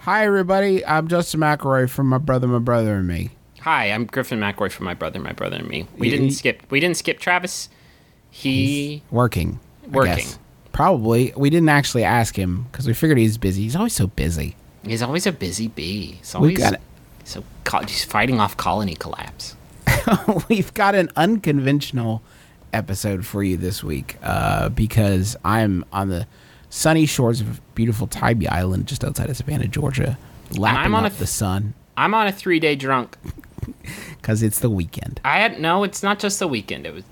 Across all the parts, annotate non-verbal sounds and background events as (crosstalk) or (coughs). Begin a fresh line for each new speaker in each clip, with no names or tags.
Hi, everybody. I'm Justin McElroy from My Brother, My Brother, and Me.
Hi, I'm Griffin McRoy from My Brother, My Brother and Me. We
Y-
didn't
y-
skip. We didn't skip Travis. He
Working. I
Working.
guess. Probably. We didn't actually ask him because we figured he's busy. He's always so busy. (laughs)
he's always a busy bee. He's always
got it.
so co- he's fighting off colony collapse.
We've got an unconventional episode for you this week uh, because I'm on the sunny shores of beautiful Tybee Island just outside of Savannah, Georgia, lapping
I'm on
up
a-
the sun
I'm on a three day drunk.
because it's the weekend.
I had no. It's not just the weekend. It was.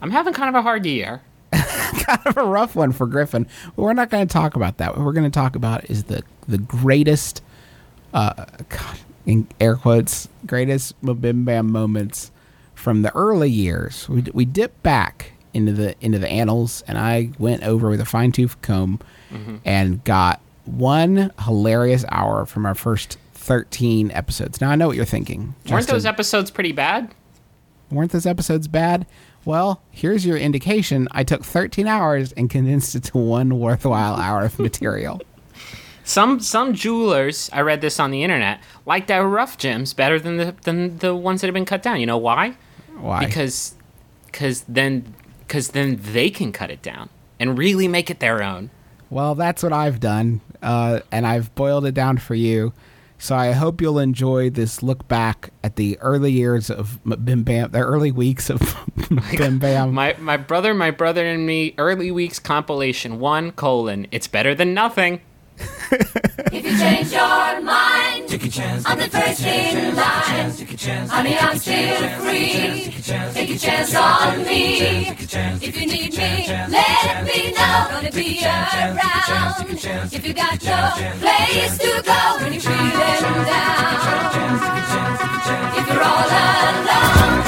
I'm having kind of a hard year.
kind of a rough one for Griffin. But we're not going to talk about that. What we're going to talk about is the the greatest, uh, God, in air quotes, greatest Mabim Bam moments from the early years. We we dip back into the into the annals, and I went over with a fine tooth comb
Mm-hmm.
and got one hilarious hour from our first. 13 episodes. Now I know what you're thinking.
Weren't
Justin
those episodes pretty bad?
weren't those episodes bad? Well, here's your indication. I took 13 hours and condensed it to one worthwhile hour of
(laughs)
material.
Some some jewelers, I read this on the internet, like their rough gems better than the than the ones that have been cut down. You know why?
Why?
Because cause then cause then they can cut it down and really make it their own.
well, that's what I've done, uh, and I've boiled it down for you. So I hope you'll enjoy this look back at the early years of M- Bim Bam, the early weeks of (laughs) Bim Bam.
My my brother, my brother and me early weeks compilation one colon. It's better than nothing.
If you change your mind, take a chance. I'm the first in line. Honey, I'm still free. Take a chance on me. If you need me, let me know. Gonna be around. If you got no place to go when you're feeling down. If you're all alone,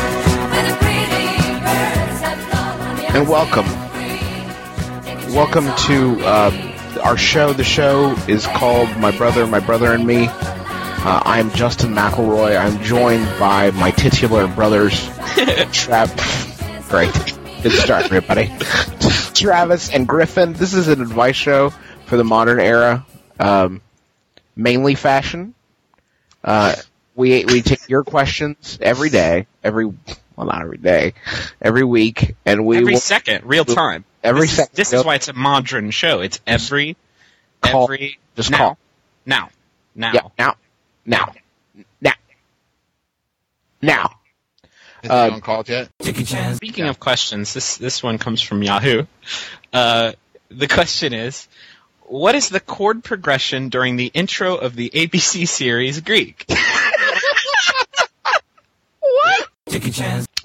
when the pretty birds have flown. Honey, I'm
And welcome.
still free. Take a chance
Welcome
on
to
me.
uh, our show. The show is called My Brother, My Brother and Me. Uh, I'm Justin McElroy. I'm joined by my titular
(laughs)
brothers, Trap. Great. Good start, everybody. Travis and Griffin. This is an advice show for the modern era, um, mainly fashion. Uh, we we take your questions every day, every well not every day, every week, and we
every
will
second, real time.
Every
this
second,
Is, this
real-
is why it's a modern show. It's every,
Call.
every.
Just
now,
call.
now, now.
Yeah, now, now, now, now.
Has
Uh,
anyone called yet?
Speaking of questions, this this one comes from Yahoo. Uh, the question is, what is the chord progression during the intro of the ABC series Greek?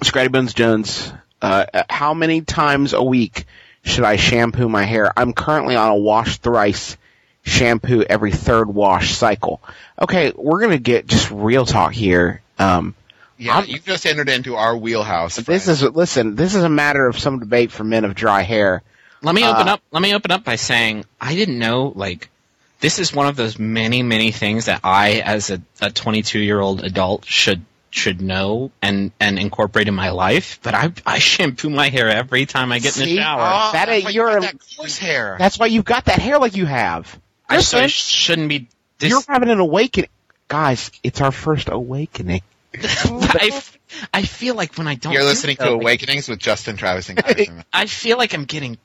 Scratty Bones Jones, uh, uh, how many times a week should I shampoo my hair? I'm currently on a wash thrice shampoo every third wash cycle. Okay, we're gonna get just real talk here. Um,
Yeah,
I'm-
you've just entered into our wheelhouse.
this
friend.
is listen. This is a matter of some debate for men of dry hair.
Let me
Uh,
open up. Let me open up by saying I didn't know. Like, this is one of those many, many things that I, as a, a 22 year old adult, should should know and and incorporate in my life. But I I shampoo my hair every time I get in
See?
the shower.
That
Oh, that's
ain't-
why you
you're
got
a-
that coarse hair.
That's why you've got that hair like you have.
I just I
Listen,
shouldn't be.
you're
(laughs) This,
having an awakening, guys. It's our first awakening.
I, f- I feel like when I don't.
you're
do
listening
that,
to
like,
Awakenings with Justin
(laughs)
Travis and Congressman.
I feel like I'm getting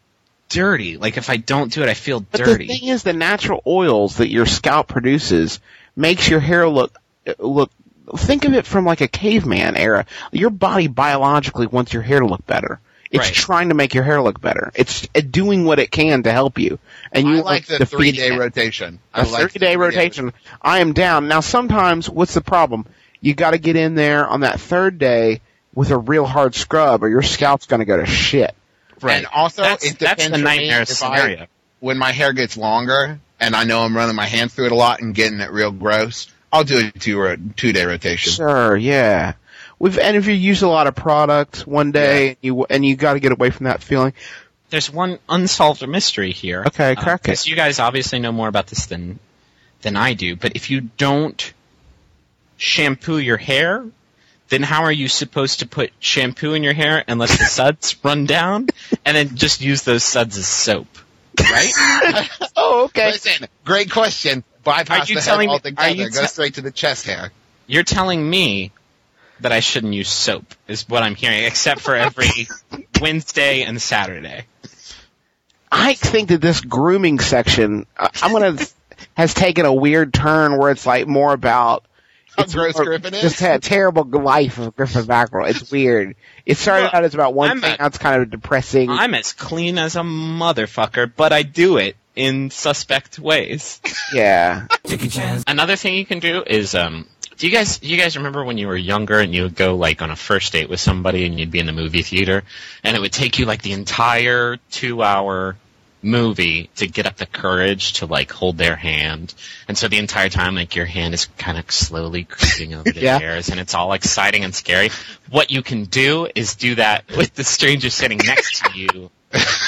dirty. Like if I don't do it, I feel
But
dirty.
the thing is, the natural oils that your scalp produces makes your hair look look. Think of it from like a caveman era. Your body biologically wants your hair to look better. It's
Right.
trying to make your hair look better. It's uh, doing what it can to help you. And you
I
want
like
to
the
feed
three day
it.
rotation. I
A
like
30
the
day rotation. I am down. Now, sometimes, what's the problem? You got to get in there on that third day with a real hard scrub, or your scalp's going to go to shit.
right.
And also,
that's,
it
that's
depends
the
for me
nightmare
if I-
scenario.
When my hair gets longer and I know I'm running my hands through it a lot and getting it real gross, I'll do a two ro- two day rotation.
Sure, yeah. We've and if you use a lot of products one day, and you and you got to get away from that feeling.
there's one unsolved mystery here.
Okay, crack it.
'cause You guys obviously know more about this than than I do, but if you don't shampoo your hair, then how are you supposed to put shampoo in your hair unless the suds (laughs) run down and then
(laughs)
just use those suds as soap? Right?
Oh, okay.
Listen, great question.
bypass
Are you
the head
telling me-
altogether.
are you
go
te-
straight to the chest hair.
You're telling me that I shouldn't use soap is what I'm hearing, except for every Wednesday and Saturday.
I think that this grooming section, uh, I'm gonna, (laughs) has taken a weird turn where it's like more about
How gross
more-
Griffin
Just
is.
had a terrible life of Griffin Mackerel. (laughs) It's weird. It started
Look,
out as about one
I'm
thing.
a-
now it's kind of depressing.
I'm as clean as a motherfucker, but I do it in suspect ways.
yeah.
Another thing you can do is um do you guys you guys remember when you were younger and you would go like on a first date with somebody and you'd be in the movie theater and it would take you like the entire 2 hour movie to get up the courage to like hold their hand. And so the entire time like your hand is kind of slowly creeping over the
Yeah.
chairs and it's all exciting and scary. What you can do is do that with the stranger sitting next to you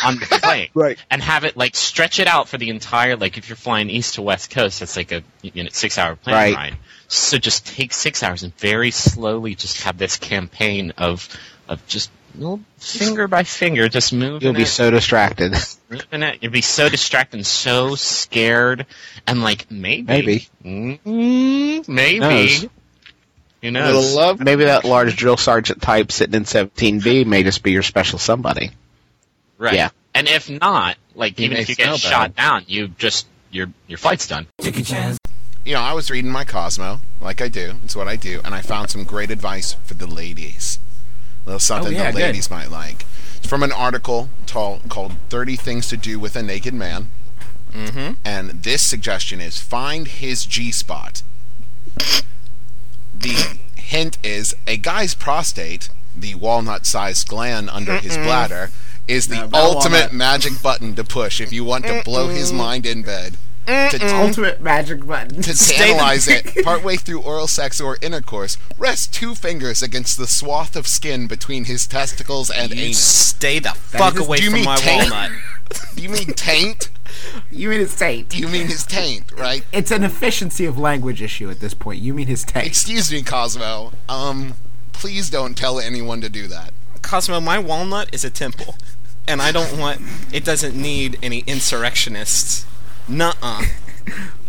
on the plane
Right.
and have it like stretch it out for the entire like if you're flying east to west coast it's like a you know, six hour plane
Right.
ride so just take six hours and very slowly just have this campaign of of just little finger by finger just moving
You'll be
it,
so distracted.
moving it. you'll be so distracted and so scared and like maybe
Maybe.
Mm, maybe
Knows.
who
Little
knows
love.
Maybe that large drill sergeant type sitting in 17B may just be your special somebody.
right
yeah.
and if not like
You
even
may
if you get
smell
shot down you just your your flight's done
You know, I was reading my Cosmo, like I do. It's what I do, and I found some great advice for the ladies. A little something
Oh, yeah,
the
good.
ladies might like. It's from an article tall, called 30 Things to Do with a Naked Man. Mm-hmm. And this suggestion is find his G spot. The hint is a guy's prostate, the walnut sized gland under his bladder, is the
about
ultimate
walnut.
magic button to push if you want to blow his mind in bed. To
Ultimate (laughs) magic button.
to tantalize
(laughs)
it partway through oral sex or intercourse, rest two fingers against the swath of skin between his testicles and
You
anus.
stay the fuck
is-
away
do you
from
mean
my
taint?
walnut.
Do (laughs) you mean taint?
You mean his taint?
You mean his taint,
(laughs)
right?
It's an efficiency of language issue at this point. You mean his taint?
Excuse me, Cosmo. Um, please don't tell anyone to do that.
Cosmo, my walnut is a temple, and I don't want. It doesn't need any insurrectionists. Nuh-uh.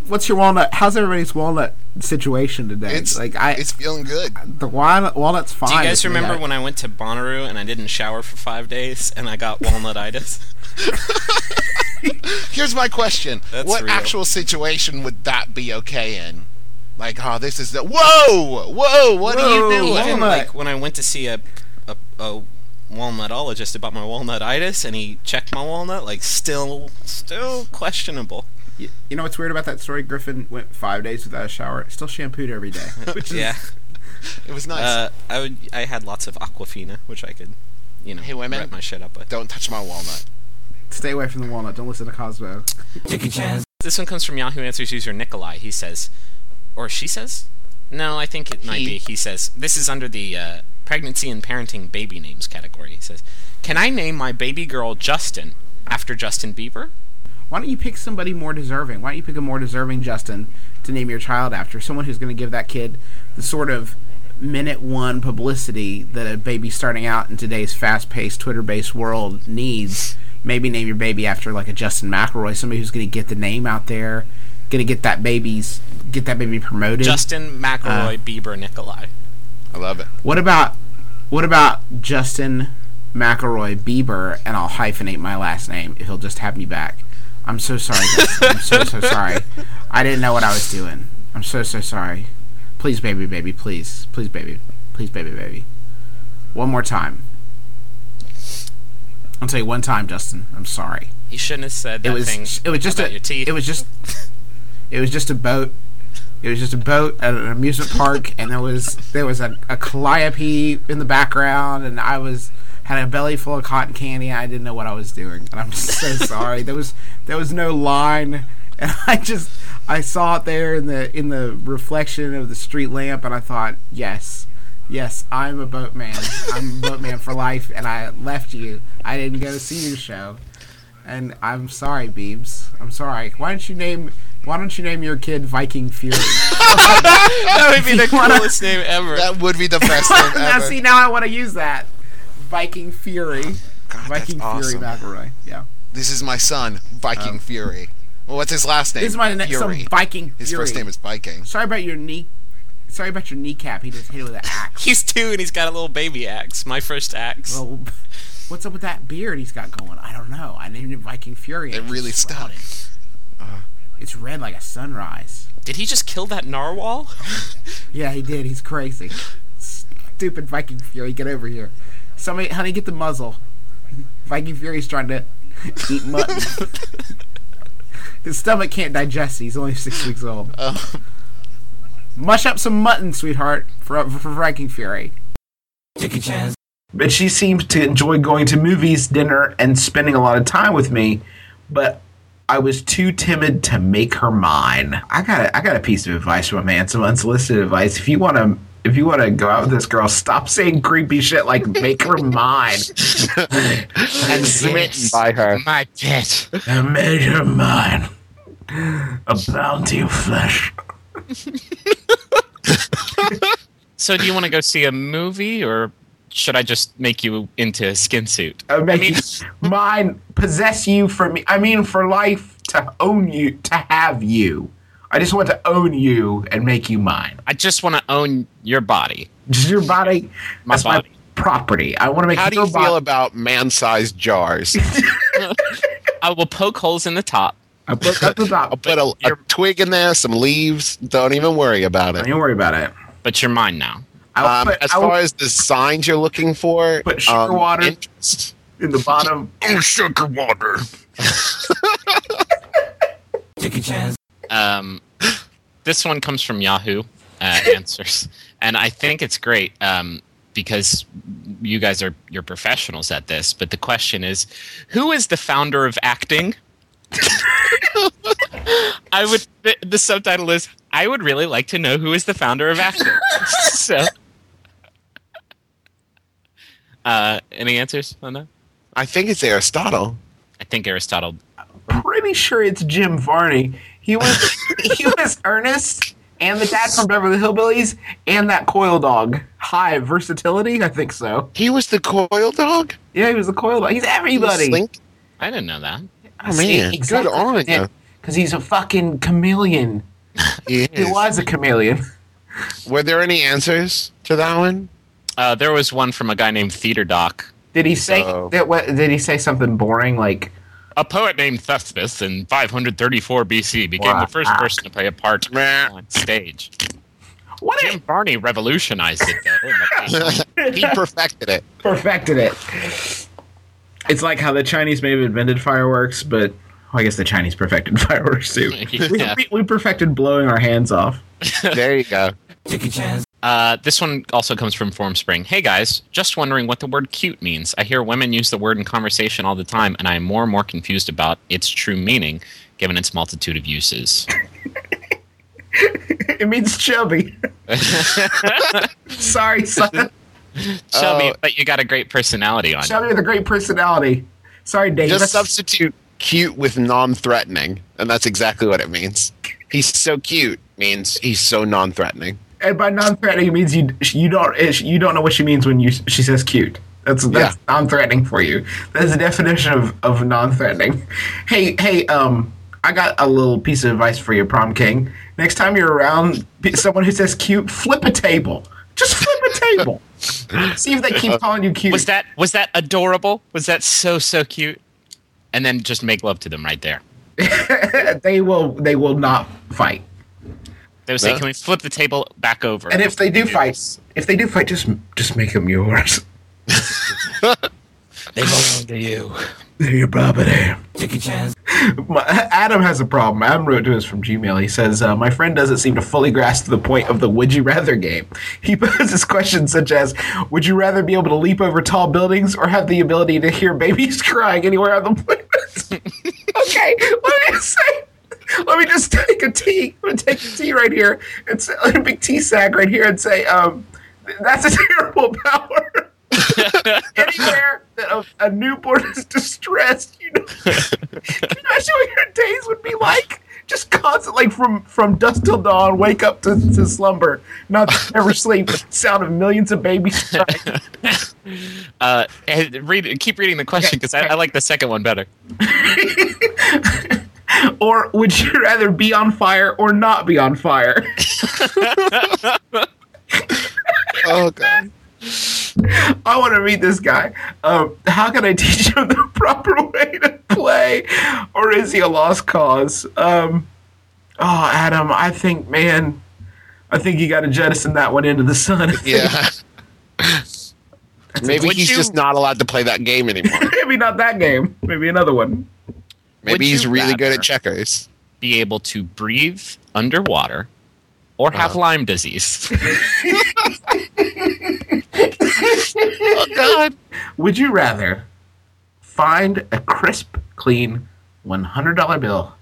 What's your walnut? How's everybody's walnut situation today?
It's
like I,
it's feeling good.
the walnut, walnut's fine.
Do you guys
with me.
remember
I-
when I went to Bonnaroo and I didn't shower for five days and I got walnutitis?
Here's my question:
That's
What
real.
actual situation would that be okay in? Like, oh, this is the whoa, whoa. What
Whoa,
are you doing?
what?
Even
Walnut.
like when I went to see a a, a walnutologist about my walnutitis and he checked my walnut, like still still questionable.
You, you know what's weird about that story? Griffin went five days without a shower, still shampooed
(laughs)
every day. Which is,
Yeah.
It was nice.
Uh, I would I had lots of Aquafina, which I could, you know,
Hey, women.
wrap my shit up with.
don't touch my walnut.
Stay away from the walnut. Don't listen to Cosmo.
This one comes from Yahoo Answers user Nikolai. He says, or she says? No, I think it might be. He says, this is under the uh, pregnancy and parenting baby names category. He says, can I name my baby girl Justin after Justin Bieber?
Why don't you pick somebody more deserving? Why don't you pick a more deserving Justin to name your child after? Someone who's going to give that kid the sort of minute one publicity that a baby starting out in today's fast paced, Twitter based world needs. Maybe name your baby after like a Justin McElroy, somebody who's going to get the name out there, going to get that baby's get that baby promoted.
Justin McElroy Bieber Nikolai.
I love it.
What about what about Justin McElroy Bieber and I'll hyphenate my last name if he'll just have me back. I'm so sorry. guys. I'm so so sorry. I didn't know what I was doing. I'm so so sorry. Please baby baby please. Please baby. Please baby baby. One more time. I'll tell you one time, Justin. I'm sorry.
He shouldn't have said that
It was
thing. (laughs)
it was just
about
a
your teeth.
it was just (laughs) it was just a boat it was just a boat at an amusement park and there was there was a, a calliope in the background and i was had a belly full of cotton candy and i didn't know what i was doing and i'm just
(laughs)
so sorry there was there was no line (laughs) and i just i saw it there in the in the reflection of the street lamp and i thought yes yes i'm a boatman i'm a boatman for life and i left you i didn't go see your show and I'm sorry, Beebs. I'm sorry. Why don't you name Why don't you name your kid Viking Fury?
(laughs)
that would be the
wanna-
coolest name ever.
That would be the best thing
(laughs) now,
ever.
see, now I want to use that Viking Fury.
God, that's
Viking Fury
awesome.
McElroy. Yeah.
This is my son, Viking Fury. Well, what's his last name?
Oh. This is my next
Fury.
some Viking
his
Fury.
first name is Viking.
Sorry about your knee. Sorry about your kneecap. He just hit it with an axe.
He's two and he's got a little baby axe. My first axe.
Well, what's up with that beard he's got going? I don't know. I named him Viking Fury. and
It really Uh.
just sprouted. it's red like a sunrise.
Did he just kill that narwhal?
Yeah, he did. He's crazy. Stupid Viking Fury, get over here. Somebody, honey, get the muzzle. Viking Fury's trying to eat mutton. His stomach can't digest it. He's only six weeks old. Mush up some mutton, sweetheart, for, for Viking Fury. But she seems to enjoy going to movies, dinner, and spending a lot of time with me. But I was too timid to make her mine. I got a, I got a piece of advice from a man, some unsolicited advice. If you want to if you want to go out with this girl, stop saying creepy shit like make (laughs) her mine.
And smitten by her.
My pet.
I made her mine. A bounty of flesh.
So do you want to go see a movie or should I just make you into a skin suit?
Uh,
I make you mine, possess you for me. I mean, for life, to own you, to have you. I just want to own you and make you mine.
I just want to own your body.
(laughs)
Just your body,
My
that's
body.
my property. I want to make
How do
your
you feel
body.
about man-sized jars?
(laughs)
I will Oh, poke holes in the top.
I put up the top.
I'll (laughs) put a, a twig in there, some leaves. Don't even worry about it.
Don't worry about it.
But you're mine now.
I'll
Um,
put,
as
I will
far as the signs you're looking for,
put sugar
um,
water
interest-
in the bottom.
oh, sugar water.
Um, this one comes from Yahoo
(laughs)
uh, Answers, and I think it's great um, because you guys are you're professionals at this. But the question is, who is the founder of acting? (laughs) I would. The, the subtitle is, I would really like to know who is the founder of acting.
(laughs)
so, uh, any answers on that?
I think it's Aristotle.
I think Aristotle.
Pretty sure it's Jim Varney.
(laughs)
He was he was Ernest and the dad from Beverly Hillbillies and that coil dog. High versatility, I think so.
He was the coil dog.
Yeah, he was the coil dog. He's
He was
everybody.
Slink.
I didn't know that.
Oh man, good on
Yeah,
you.
Cause he's a fucking chameleon.
He
He
is.
was a chameleon. (laughs)
Were there any answers to that one?
Uh, there was one from a guy named Theater Doc
Did he say
So-
that? What did he say? Something boring like
A poet named Thespis in 534 BC became
Wow.
the first person to play a part
Meh.
on stage.
what?
Jim Barney revolutionized it, though.
(laughs)
he perfected it.
perfected it. It's like how the Chinese may have invented fireworks, but well, I guess the Chinese perfected (laughs) fireworks too.
Yeah.
(laughs) we, we perfected blowing our hands off. (laughs)
There you go.
Uh, this one also comes from Formspring. Hey guys, just wondering what the word cute means. I hear women use the word in conversation all the time, and I am more and more confused about its true meaning given its multitude of uses.
It means chubby. (laughs) Sorry, son.
Uh,
Shelby, but you got a great personality on you.
Chubby with a great personality. Sorry, Dave.
Just
That's-
substitute cute with non-threatening, and that's exactly what it means. He's so cute means he's so non-threatening.
and by non-threatening, it means you you don't it's- you don't know what she means when you she says cute. That's that's non-threatening for you. That's the definition of, of non-threatening. Hey hey um, I got a little piece of advice for you, prom king. Next time you're around be- someone who says cute, flip a table. Just flip a table. See if they keep calling you cute.
Was that was that adorable? Was that so so cute? And then just make love to them right there.
they will they will not fight.
They would say,
Yeah.
"Can we flip the table back over?"
And if they do fight, if they do fight, just just make them yours.
(laughs) they belong to you,
They're your property. My, Adam has a problem. Adam wrote to us from Gmail. He says, uh, My friend doesn't seem to fully grasp the point of the would you rather game. (laughs) He poses questions such as Would you rather be able to leap over tall buildings or have the ability to hear babies (laughs) crying anywhere on the planet? okay, let me say, let me just take a tea. I'm gonna take a tea right here and say, a big tea sack right here and say, um, that's a (laughs) terrible power. Anywhere that a, a newborn is distressed, you know, (laughs) can you imagine what your days would be like? Just constant, like from from dusk till dawn, wake up to, to slumber, not ever sleep. but the Sound of millions of babies crying.
Uh, and read, keep reading the question because I, I like the second one better.
or would you rather be on fire or not be on fire?
Oh god.
I want to read this guy. Um, how can I teach him the (laughs) proper way to play, or is he a lost cause? Um, oh, Adam, I think, man, I think you got to jettison that one into the sun. (laughs)
Yeah. Maybe
Would
he's
you-
just not allowed to play that game
(laughs)
anymore.
Maybe not that game. Maybe another one.
Would
Maybe he's
you
really good
rather-
at checkers.
Be able to breathe underwater or have
Uh-huh.
Lyme disease. (laughs)
Would you rather find a crisp, clean $100 bill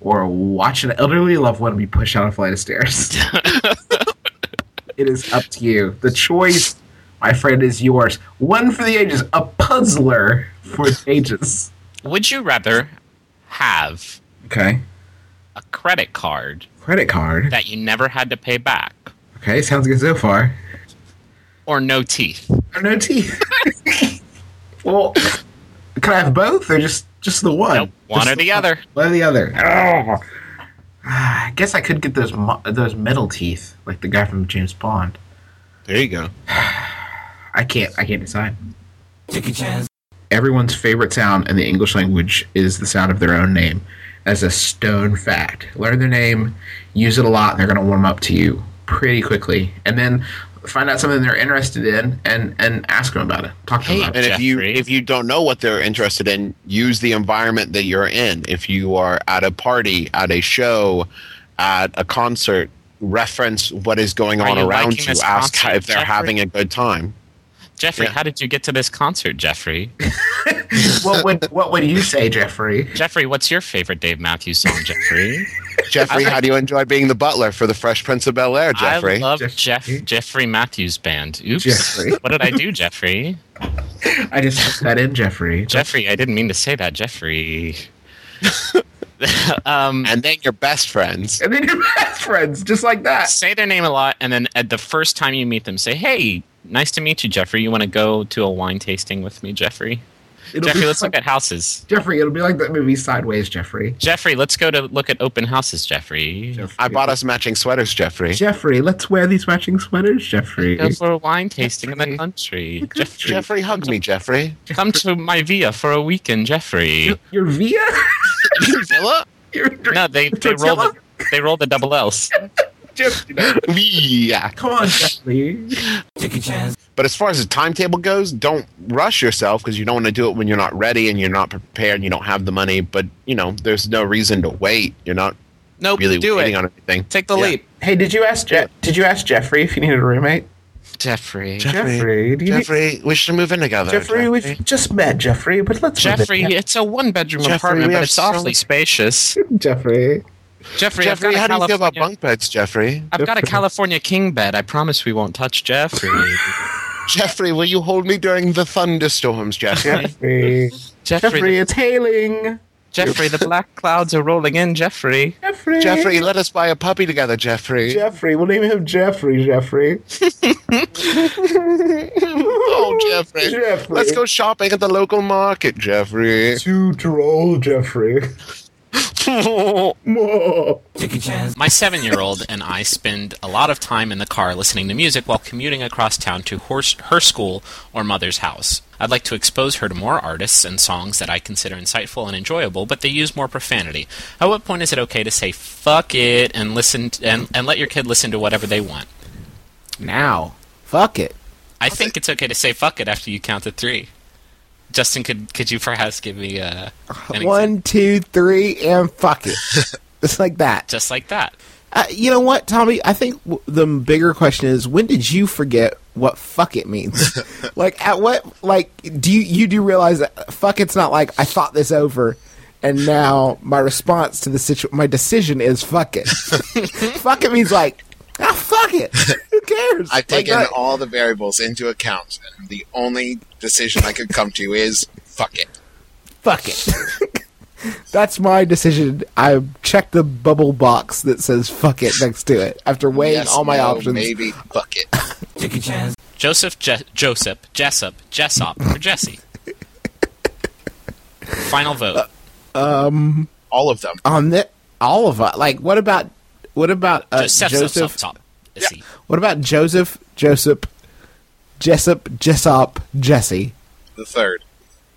or watch an elderly loved one be pushed down a flight of stairs? it is up to you. The choice, my friend, is yours. One for the ages, a puzzler for the ages.
Would you rather have
Okay.
a credit card
Credit card.
that you never had to pay back
Okay, sounds good so far.
or no teeth?
Or no teeth. (laughs) well, can I have both or just just the one?
Nope. One
Just
or the other.
One or the other. Oh. I guess I could get those mo- those metal teeth, like the guy from James Bond.
There you go.
(sighs) I can't. I can't decide. Everyone's favorite sound in the English language is the sound of their own name, as a stone fact. Learn their name, use it a lot, and they're going to warm up to you pretty quickly. And then find out something they're interested in, and and ask them about it. Talk to them about it.
And if you
Jeffrey.
if you don't know what they're interested in, use the environment that you're in. If you are at a party, at a show, at a concert, reference what is going
Are
on
you
around
liking
you.
this
Ask
concert,
if they're
Jeffrey?
having a good time.
Jeffrey,
Yeah.
how did you get to this concert, Jeffrey?
What would what would you say, Jeffrey?
Jeffrey, what's your favorite Dave Matthews song, Jeffrey?
Jeffrey, how do you enjoy being the butler for the Fresh Prince of Bel Air, Jeffrey?
I love Jeff
Jeffrey.
Jeffrey Matthews Band. Oops.
Jeffrey.
What did I do, Jeffrey?
I just put that in, Jeffrey.
Jeffrey, I didn't mean to say that, Jeffrey. um,
and then your best friends.
And then you're (laughs) best friends, just like that.
say their name a lot, and then at the first time you meet them, say, "Hey, nice to meet you, Jeffrey. You want to go to a wine tasting with me, Jeffrey?
It'll
Jeffrey,
be
let's
like,
look at houses.
Jeffrey, it'll be like that movie Sideways, Jeffrey.
Jeffrey, let's go to look at open houses, Jeffrey.
I bought us matching sweaters, Jeffrey.
Jeffrey, let's wear these matching sweaters, Jeffrey.
Go for a wine tasting in the country, Jeffrey.
Jeffrey, hug me, Jeffrey.
Come to my villa for a weekend, Jeffrey.
Your Via? (laughs)
Villa?
Your
No, they they roll the, they roll the double L's.
Jeffrey.
Yeah.
Come on, Jeffrey.
But as far as the timetable goes, don't rush yourself because you don't want to do it when you're not ready and you're not prepared and you don't have the money. But, you know, there's no reason to wait. You're not
Nope,
really
do
waiting
it.
on anything.
Take the
Yeah.
leap.
Hey, did you ask Je- did you ask Jeffrey if you needed a roommate?
Jeffrey.
Jeffrey, do you need-
Jeffrey, we should move in together.
Jeffrey, we've just met Jeffrey, but let's move
Jeffrey,
in.
it's a one bedroom
Jeffrey,
apartment,
we
but
have
it's
so
awfully
much-
spacious.
Jeffrey.
Jeffrey, I've
Jeffrey,
got a
how do you feel about
California-
bunk beds, Jeffrey?
I've got a California king bed. I promise we won't touch Jeffrey.
Jeffrey, will you hold me during the thunderstorms, Jeffrey?
Jeffrey. Jeffrey,
Jeffrey,
it's hailing.
Jeffrey, the black clouds are rolling in. Jeffrey,
Jeffrey.
Jeffrey, let us buy a puppy together, Jeffrey.
Jeffrey. We'll name him Jeffrey, Jeffrey.
oh, Jeffrey.
Jeffrey.
Let's go shopping at the local market, Jeffrey.
to troll Jeffrey. Whoa.
My seven year old and I spend a lot of time in the car listening to music while commuting across town to her, her school or mother's house. I'd like to expose her to more artists and songs that I consider insightful and enjoyable, but they use more profanity. At what point is it okay to say fuck it and listen t- and, and let your kid listen to whatever they want?
Now, fuck it.
I think it's okay to say fuck it after you count to three. Justin, could could you perhaps give me uh, an example
One, two, three, and fuck
(laughs)
it. it's like that.
just like that?
Uh, you know what, Tommy? I think w- the bigger question is when did you forget what "fuck
(laughs)
it" means? like, at what? Like, do you you do realize that "fuck it's" not like I thought this over, and now my response to the situ my decision is
(laughs)
"fuck it." fuck it means like, ah, fuck it. Who cares?
I've
Like,
taken
uh,
all the variables into account, and the only decision I could come to is fuck it.
fuck it. (laughs) That's my decision. I checked the bubble box that says "fuck it" next to it after weighing
Yes,
all my
no,
options.
Maybe fuck it.
Joseph, Je- Joseph, Jessup,
Uh,
Jessop, or Jesse. Final vote.
all of them.
on the all of us. Like, what about what about uh,
Joseph,
Joseph?
Joseph, top. Is he?
What about Joseph? Joseph, Jessup, Jessop, Jesse,
The third.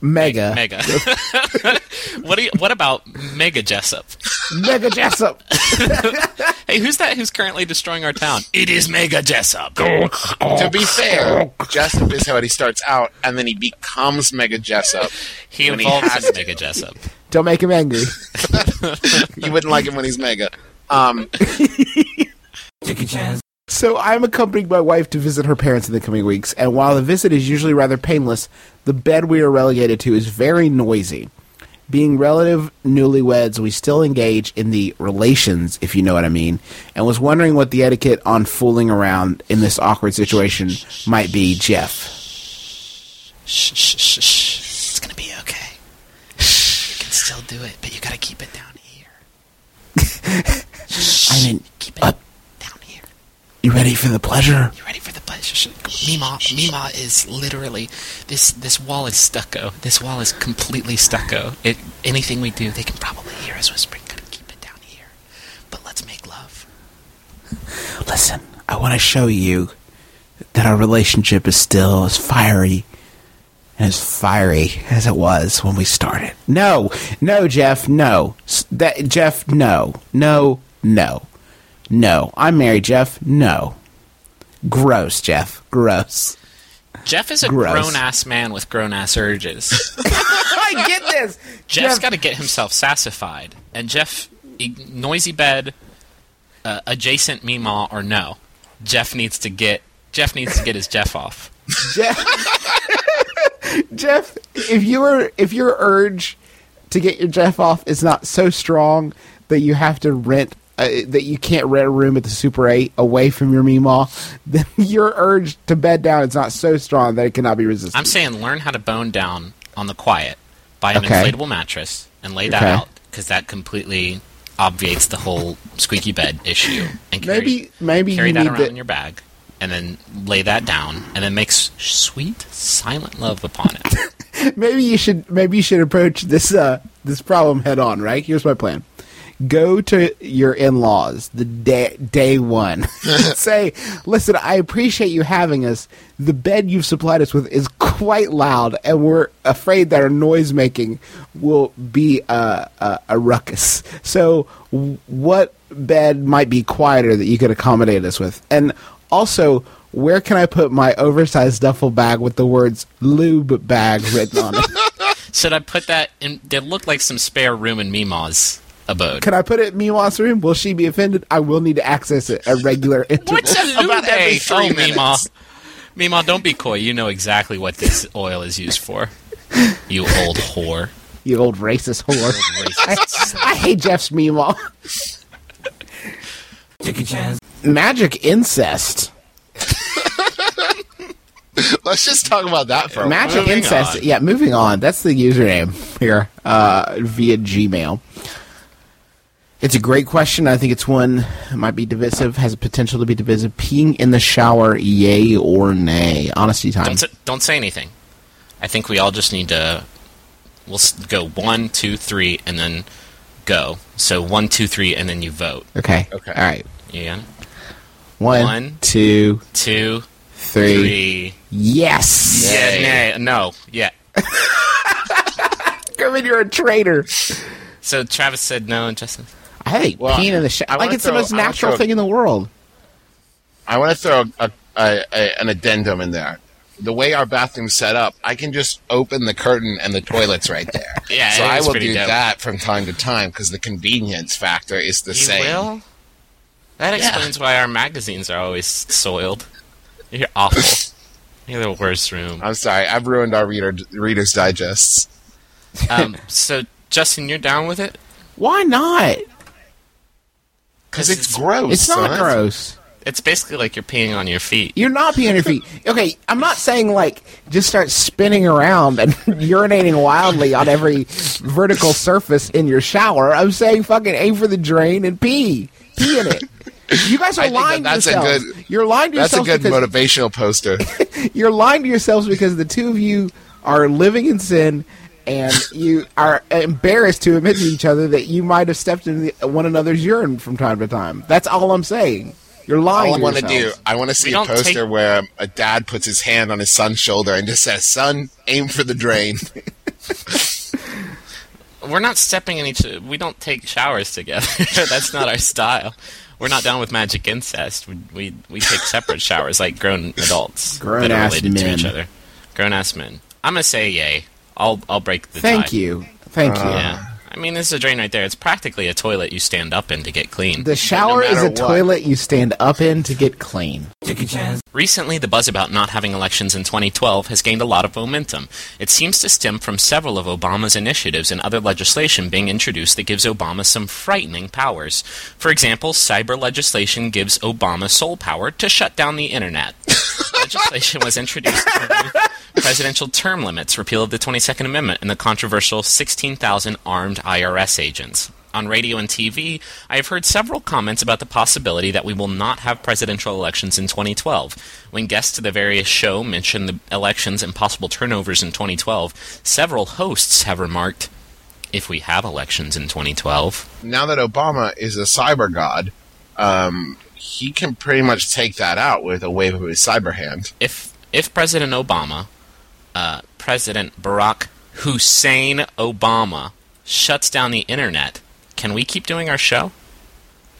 Mega,
Mega. (laughs) what do you, What about Mega Jessup?
Mega Jessup.
(laughs) Hey, who's that? Who's currently destroying our town? It is Mega Jessup.
To be fair, Jessup is how he starts out, and then he becomes Mega Jessup.
He
When he
evolves
has
as Mega Jessup.
Don't make him angry.
You wouldn't like him when he's Mega. Um, (laughs)
So I'm accompanying my wife to visit her parents in the coming weeks, and while the visit is usually rather painless, the bed we are relegated to is very noisy. Being relative newlyweds, we still engage in the relations, if you know what I mean, and was wondering what the etiquette on fooling around in this awkward situation might be, Jeff.
Shh, shh, shh, shh. It's gonna be okay. You can still do it, but you gotta keep it down here.
(laughs) I mean, uh,
Keep it down here.
you ready for the pleasure?
You ready for the pleasure? Mima, Mima is literally this. This wall is stucco. This wall is completely stucco. It, anything we do, they can probably hear us whispering. Gotta keep it down here. But let's make love.
Listen, I want to show you that our relationship is still as fiery and as fiery as it was when we started. No, no, Jeff, no. S- That Jeff, no, no, no, no. I'm married, Jeff. No, gross, Jeff. Gross.
Jeff is a
Gross.
grown ass man with grown
(laughs)
ass urges.
I get this.
Jeff's
Jeff-
got to get himself sassified, and Jeff, e- noisy bed, uh, adjacent Mima or no, Jeff needs to get Jeff needs to get his Jeff off.
Jeff, Jeff, if your if your urge to get your Jeff off is not so strong that you have to rent uh, that you can't rent a room at the Super Eight away from your Meemaw, (laughs) then your urge to bed down is not so strong that it cannot be resisted.
I'm saying learn how to bone down on the quiet. Buy an
Okay.
inflatable mattress and lay that
Okay.
out because that completely obviates the whole squeaky bed issue. And carry,
maybe maybe
carry
you
that
need
around
to
in your bag and then lay that down and then make s- sweet silent love upon it.
(laughs)
maybe you should maybe you should approach this uh this problem head on. Right? Here's my plan. Go to your in-laws the day day one. (laughs) Say, listen, I appreciate you having us. The bed you've supplied us with is quite loud, and we're afraid that our noise making will be uh, uh, a ruckus. So, w- what bed might be quieter that you could accommodate us with? And also, where can I put my oversized duffel bag with the words "lube bag" written on it?
Should I put that in? They look like some spare room in Mima's abode.
Can I put it in Miwa's room? Will she be offended? I will need to access it at regular intervals.
What's a lube
(laughs) About every three
oh, Mima.
minutes.
Mima, don't be coy. You know exactly what this oil is used for. You old whore.
you old racist whore.
Racist.
I hate Jeff's Miwa. Magic incest.
let's just talk about that for a
Magic
moment.
incest. Yeah, moving on. That's the username here uh, via Gmail. It's a great question. I think it's one that might be divisive, has a potential to be divisive. Peeing in the shower, yay or nay? Honesty time.
Don't say, don't say anything. I think we all just need to. We'll s- go one, two, three, and then go. So one, two, three, and then you vote.
Okay. Okay. All right.
Yeah.
One,
One,
two,
Two,
three.
three.
Yes.
Yeah. Nay. No. Yeah.
Kermit, you're a traitor.
So Travis said no, and Justin.
Hey, peeing in the shower.
I wanna
Like, it's
throw-
the most
I wanna
natural
throw-
thing in the world.
I want to throw a, a, a, an addendum in there. The way our bathroom's set up, I can just open the curtain and the toilet's right there.
(laughs) Yeah,
so
it
I
is
will
pretty
do
dope.
that from time to time because the convenience factor is the
You
same.
will? That explains why our magazines are always soiled. You're awful. You're the worst room.
I'm sorry, I've ruined our reader readers digests.
Um, so, Justin, you're down with it?
Why not?
Because
It's, gross.
It's not
son.
gross.
It's basically like you're peeing on your feet.
You're not peeing on your feet. Okay, I'm not saying like just start spinning around and (laughs) urinating wildly on every vertical surface in your shower. I'm saying fucking aim for the drain and pee, pee in it. You guys are
think that
lying
that's a
to yourselves.
good-
you're lying to
That's a
yourselves
good
because (laughs)
motivational poster.
you're lying to yourselves because the two of you are living in sin and you are embarrassed to admit to each other that you might have stepped into the, one another's urine from time to time. That's all I'm saying. You're lying.
All I want to do,
yourselves.
I want to see a
don't
poster
take-
where a dad puts his hand on his son's shoulder and just says, "Son, aim for the drain."
We're not stepping in each. We don't take showers together. (laughs) That's not our style. We're not down with magic incest. We we, we take separate showers like grown adults that are
Grown-ass
related to
men.
each other. Grown ass men. I'm gonna say yay. I'll I'll break the.
Thank
tie.
you. Thank you.
Yeah. I mean, this is a drain right there. It's practically a toilet you stand up in to get clean.
The shower is a
matter what.
toilet you stand up in to get clean.
Recently, the buzz about not having elections in 2012 has gained a lot of momentum. It seems to stem from several of Obama's initiatives and other legislation being introduced that gives Obama some frightening powers. For example, cyber legislation gives Obama sole power to shut down the internet. legislation was introduced to remove presidential term limits, repeal of the 22nd Amendment, and the controversial 16,000 armed IRS agents. On radio and TV, I have heard several comments about the possibility that we will not have presidential elections in 2012. When guests to the various show mention the elections and possible turnovers in 2012, several hosts have remarked, if we have elections in 2012,
now that Obama is a cyber god, um, he can pretty much take that out with a wave of his cyber hand.
if if President Obama, uh, President Barack Hussein Obama shuts down the internet, can we keep doing our show?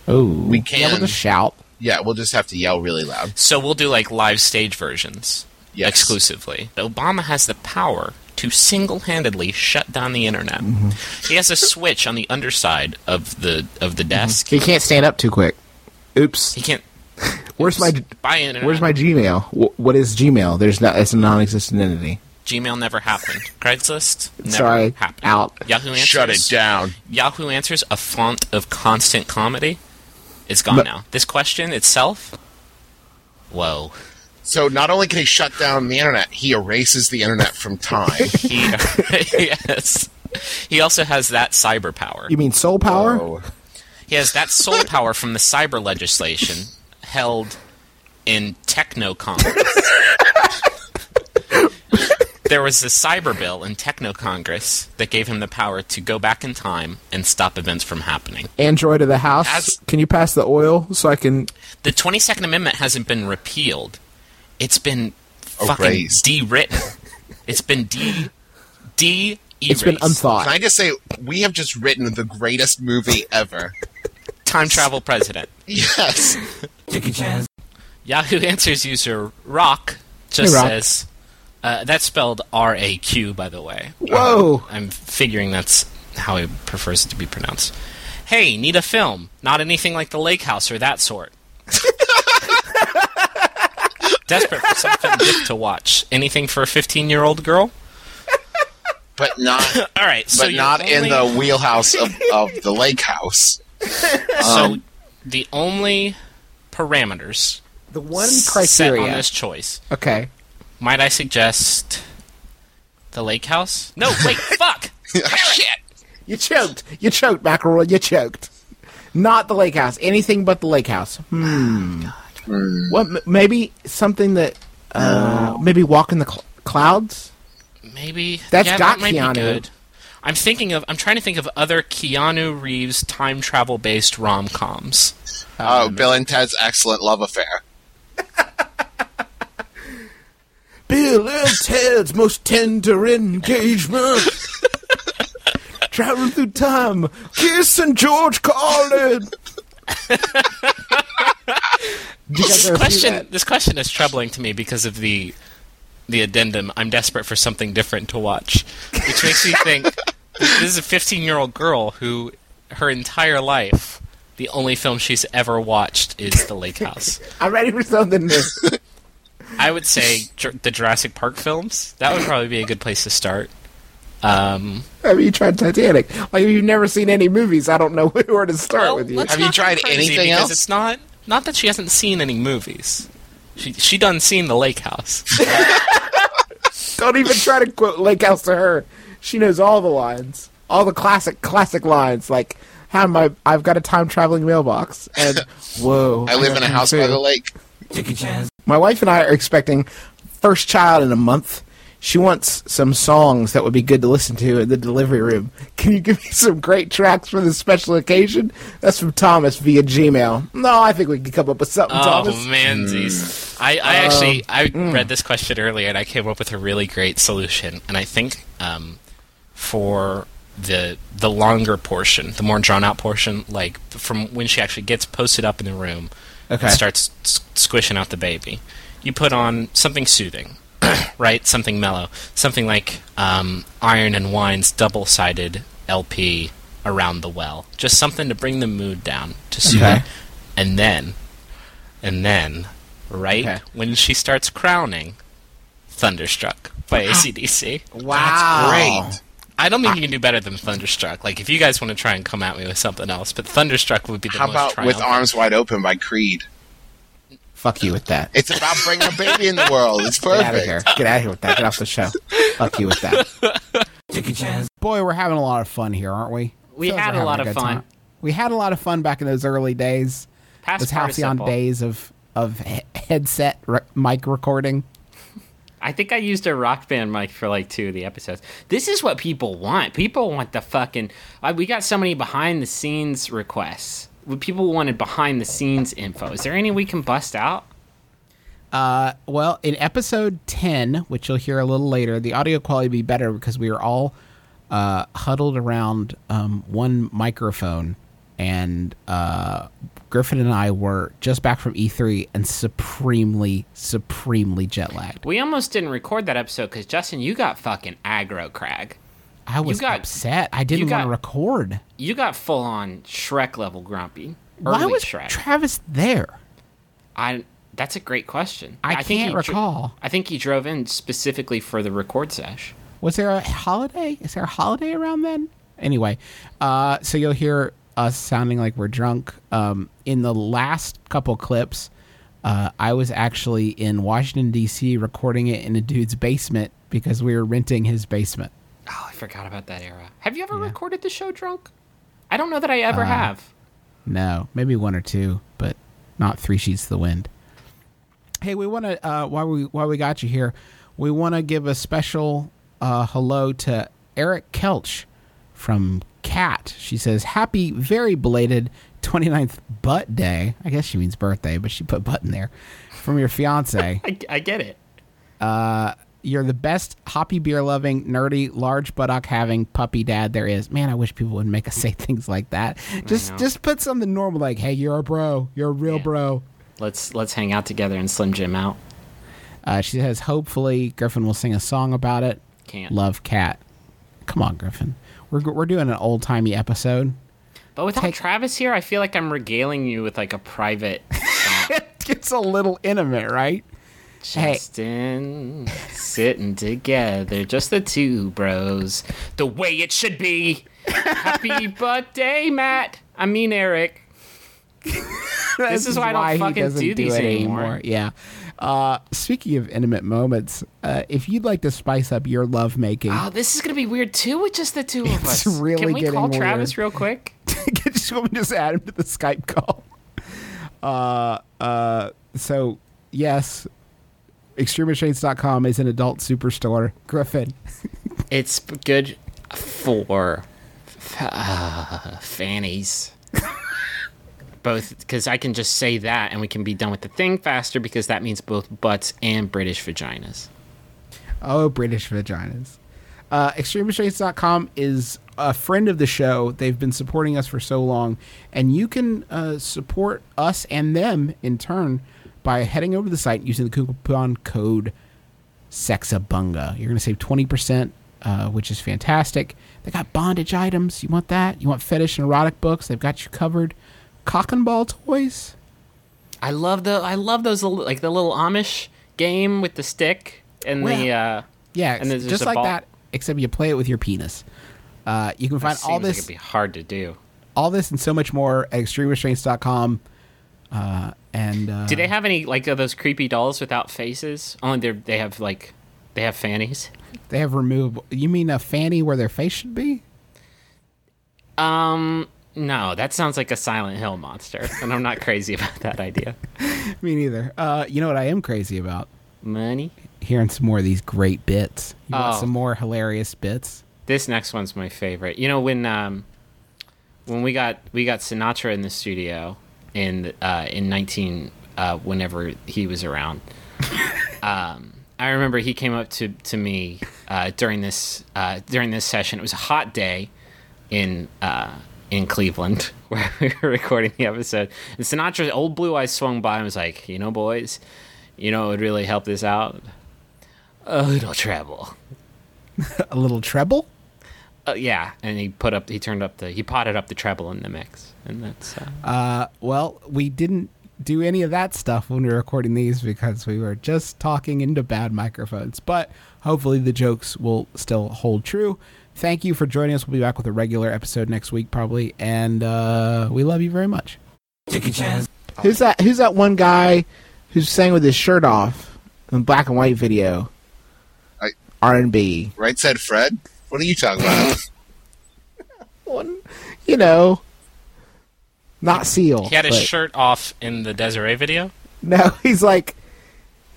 Oh,
We can.
able to shout.
Yeah, we'll just have to yell really loud.
So we'll do like live stage versions
Yes.
exclusively. Obama has the power to single-handedly shut down the internet.
Mm-hmm.
He has a switch on the underside of the of
Mm-hmm.
the desk.
He can't stand up too quick. Oops.
He can't
Where's my
buy internet.
Where's my Gmail? Wh- What is Gmail? There's not. It's a non-existent entity.
Gmail never happened. Craigslist never
Sorry,
happened.
out.
Yahoo Answers
Shut it down.
Yahoo Answers, a font of constant comedy, is gone
But-
now. This question itself, whoa, (laughs)
So not only can he shut down the internet, he erases the internet from time.
he uh, yes, he also has that cyber power.
You mean soul power?
So,
He has that soul power from the cyber legislation held in techno Congress. there was a cyber bill in techno Congress that gave him the power to go back in time and stop events from happening.
Android of the house.
As-
can you pass the oil so I can?
The 22nd Amendment hasn't been repealed. It's been fucking
Erased.
de-written. It's been de de
It's been unthought.
Can I just say we have just written the greatest movie
(laughs)
ever?
Time travel president.
Yes.
Yahoo Answers user Rock just
Hey, Rock.
says uh, that's spelled R A Q, by the way.
Whoa!
I'm figuring that's how he prefers it to be pronounced. Hey, need a film? Not anything like The Lake House or that sort. (laughs) Desperate for something dick to watch. Anything for a 15 year old girl? (laughs)
But not
All right, so
but
you're
not in
only-
the wheelhouse of, of the lake house.
so the only parameters
The one
set on
criteria.
this choice
okay.
might I suggest the lake house?
(laughs)
No, wait, fuck.
Shit.
You choked. You choked, McElroy. You choked. Not the lake house. Anything but the lake house. Hmm.
Oh,
What? m- Maybe something that. Uh, Maybe walk in the cl- clouds.
Maybe
That's
yeah,
got
that might
Keanu.
Be good. I'm thinking of. I'm trying to think of other Keanu Reeves time travel based rom coms.
Oh, Bill and Ted's excellent love affair.
Bill and Ted's most tender
(laughs)
engagement. Traveling through time, kissing George Carlin.
This question. This question is troubling to me because of the the addendum. I'm desperate for something different to watch, which makes me think this is a 15 year old girl who her entire life. The only film she's ever watched is The Lake House.
I'm ready for something new.
I would say Jur- the Jurassic Park films. That would probably be a good place to start. Um,
Have you tried Titanic? Like, if you've never seen any movies, I don't know (laughs) where to start
Well,
with you.
let's
Have you
not go
tried
crazy
anything
because
else?
It's not not that she hasn't seen any movies. She she done seen the Lake House.
Don't even try to quote Lake House to her. She knows all the lines, all the classic, classic lines, like "How my I've got a time traveling mailbox,"
(laughs)
and "Whoa,
I live in a
got
house
one
by
too."
the lake.
My wife and I are expecting first child in a month.
She wants some songs that would be good to listen to in the delivery room. Can you give me some great tracks for this special occasion? That's from Thomas via Gmail. No, I think we can come up with something, Thomas. Um, mm.
Oh man, geez. I, I actually I read this question earlier and I came up with a really great solution. And I think um, for the the longer portion, the more drawn out portion, like from when she actually gets posted up in the room
Okay.
and starts s- squishing out the baby, you put on something soothing, (clears throat) right? Something mellow, something like um, Iron and Wine's double sided LP around the well, just something to bring the mood down to soothe,
Okay.
it. and then and then, right
Okay.
when she starts crowning, Thunderstruck
Ah.
by ACDC.
Wow.
Great.
I don't think you can do better than Thunderstruck. Like, if you guys want to try and come at me with something else, but Thunderstruck would be the
How
most
about with
triumphant.
Arms Wide Open by Creed?
Fuck you with that.
It's about bringing a baby in the world.
(laughs)
It's
Get out of here.
perfect.
Get out of here with that. Get off the show. Fuck you with that.
(laughs)
Boy, we're having a lot of fun here, aren't we?
We
Feels we're
had a
having
lot of
good
fun.
time. We had a lot of fun back in those early days.
Past
those halcyon
participle.
days of of he- headset re- mic recording.
I think I used a rock band mic for like two of the episodes. This is what people want. People want the fucking. Uh, we got so many behind the scenes requests. We- People wanted behind the scenes info. Is there any we can bust out?
Well, in episode 10, which you'll hear a little later, the audio quality will be better because we were all uh, huddled around um, one microphone. And uh, Griffin and I were just back from E3 and supremely, supremely jet lagged.
We almost didn't record that episode because Justin, you got fucking aggro crag.
I was
got-
upset. I didn't want
got-
to record.
You got full on Shrek level grumpy.
Why
Early
was
Shrek.
Travis there?
I. That's a great question.
I
he
can't
dro-
recall.
I think he drove in specifically for the record sesh.
Was there a holiday? Is there a holiday around then? Anyway, uh, so you'll hear us sounding like we're drunk. Um, in the last couple clips, uh, I was actually in Washington, D.C., recording it in a dude's basement because we were renting his basement.
Oh, I forgot about that era. Have you ever recorded the show drunk? I don't know that I ever have.
No, maybe one or two, but not three sheets to the wind. Hey, we want to uh, while we while we got you here, we want to give a special uh, hello to Eric Kelch from Cat. She says, "Happy, very belated 29th butt day." I guess she means birthday, but she put butt in there. From your fiance.
I, I get it.
You're the best hoppy beer loving, nerdy, large buttock having puppy dad there is. Man, I wish people would make us (laughs) say things like that. Just
know.
just put something normal like, hey, you're a bro. You're a real
Yeah.
bro.
Let's let's hang out together and Slim Jim out.
Uh, she says, hopefully Griffin will sing a song about it.
Can't.
Love cat. Come on, Griffin. We're, we're doing an old timey episode. (laughs)
But without Travis here, I feel like I'm regaling you with like a private.
It gets a little intimate, right? Hey.
Justin, sitting together, just the two bros, the way it should be. (laughs) Happy birthday, Matt. I mean Eric. (laughs) this is why I don't
he
fucking
doesn't
do these
it
anymore.
Yeah. Uh, speaking of intimate moments, uh, if you'd like to spice up your love making,
Oh, this is gonna be weird too with just the two of us.
It's really
Can we
getting
call
weird.
Travis real quick?
(laughs) Get- just, let me just add him to the Skype call. (laughs) Uh, uh, so, yes, extremishades.com is an adult superstore. Griffin,
It's p- good for f- uh, fannies. both, because I can just say that and we can be done with the thing faster because that means both butts and British vaginas.
Oh, British vaginas. Uh, ExtremeStraights.com is a friend of the show. They've been supporting us for so long, and you can uh, support us and them in turn by heading over to the site using the coupon code Sexabunga. You're going to save 20%, uh, which is fantastic. They got bondage items. You want that? You want fetish and erotic books? They've got you covered. Cock and ball toys?
I love the I love those little, like the little Amish game with the stick and the
Well,
uh,
Yeah,
and there's
just
a
like
ball.
that, except you play it with your penis. Uh, you can find
Seems
all
like
this.
it'd be hard to do.
all this and so much more at extremerestraints.com. Uh, and uh,
Do they have any like of those creepy dolls without faces? Only they they have like they have fannies.
they have removable. You mean a fanny where their face
(laughs)
should be?
Um, no, that sounds like a Silent Hill monster, and I'm (laughs) not crazy about that idea.
Me neither. Uh, you know what I am crazy about
Money.
hearing some more of these great bits. You want
Oh.
some more hilarious bits?
This next one's my favorite. You know when um, when we got we got Sinatra in the studio in uh, in nineteen uh, whenever he was around. um, I remember he came up to to me uh, during this uh, during this session. It was a hot day in uh, in Cleveland (laughs) where we were recording the episode. And Sinatra's old blue eyes swung by and was like, "You know, boys, you know, it would really help this out." A little treble.
A little treble?
Uh, yeah, and he put up, he turned up the, he potted up the treble in the mix, and that's. Uh,
Uh, well, we didn't do any of that stuff when we were recording these because we were just talking into bad microphones. But hopefully the jokes will still hold true. Thank you for joining us. We'll be back with a regular episode next week, probably. And uh, we love you very much.
Who's that? Who's that one guy who sang with his shirt off in the black and white video?
I-
R and B.
Right said Fred. What are you talking about?
One, you know, not Seal.
He had his
but-
shirt off in the Desiree video.
No, (laughs) he's like,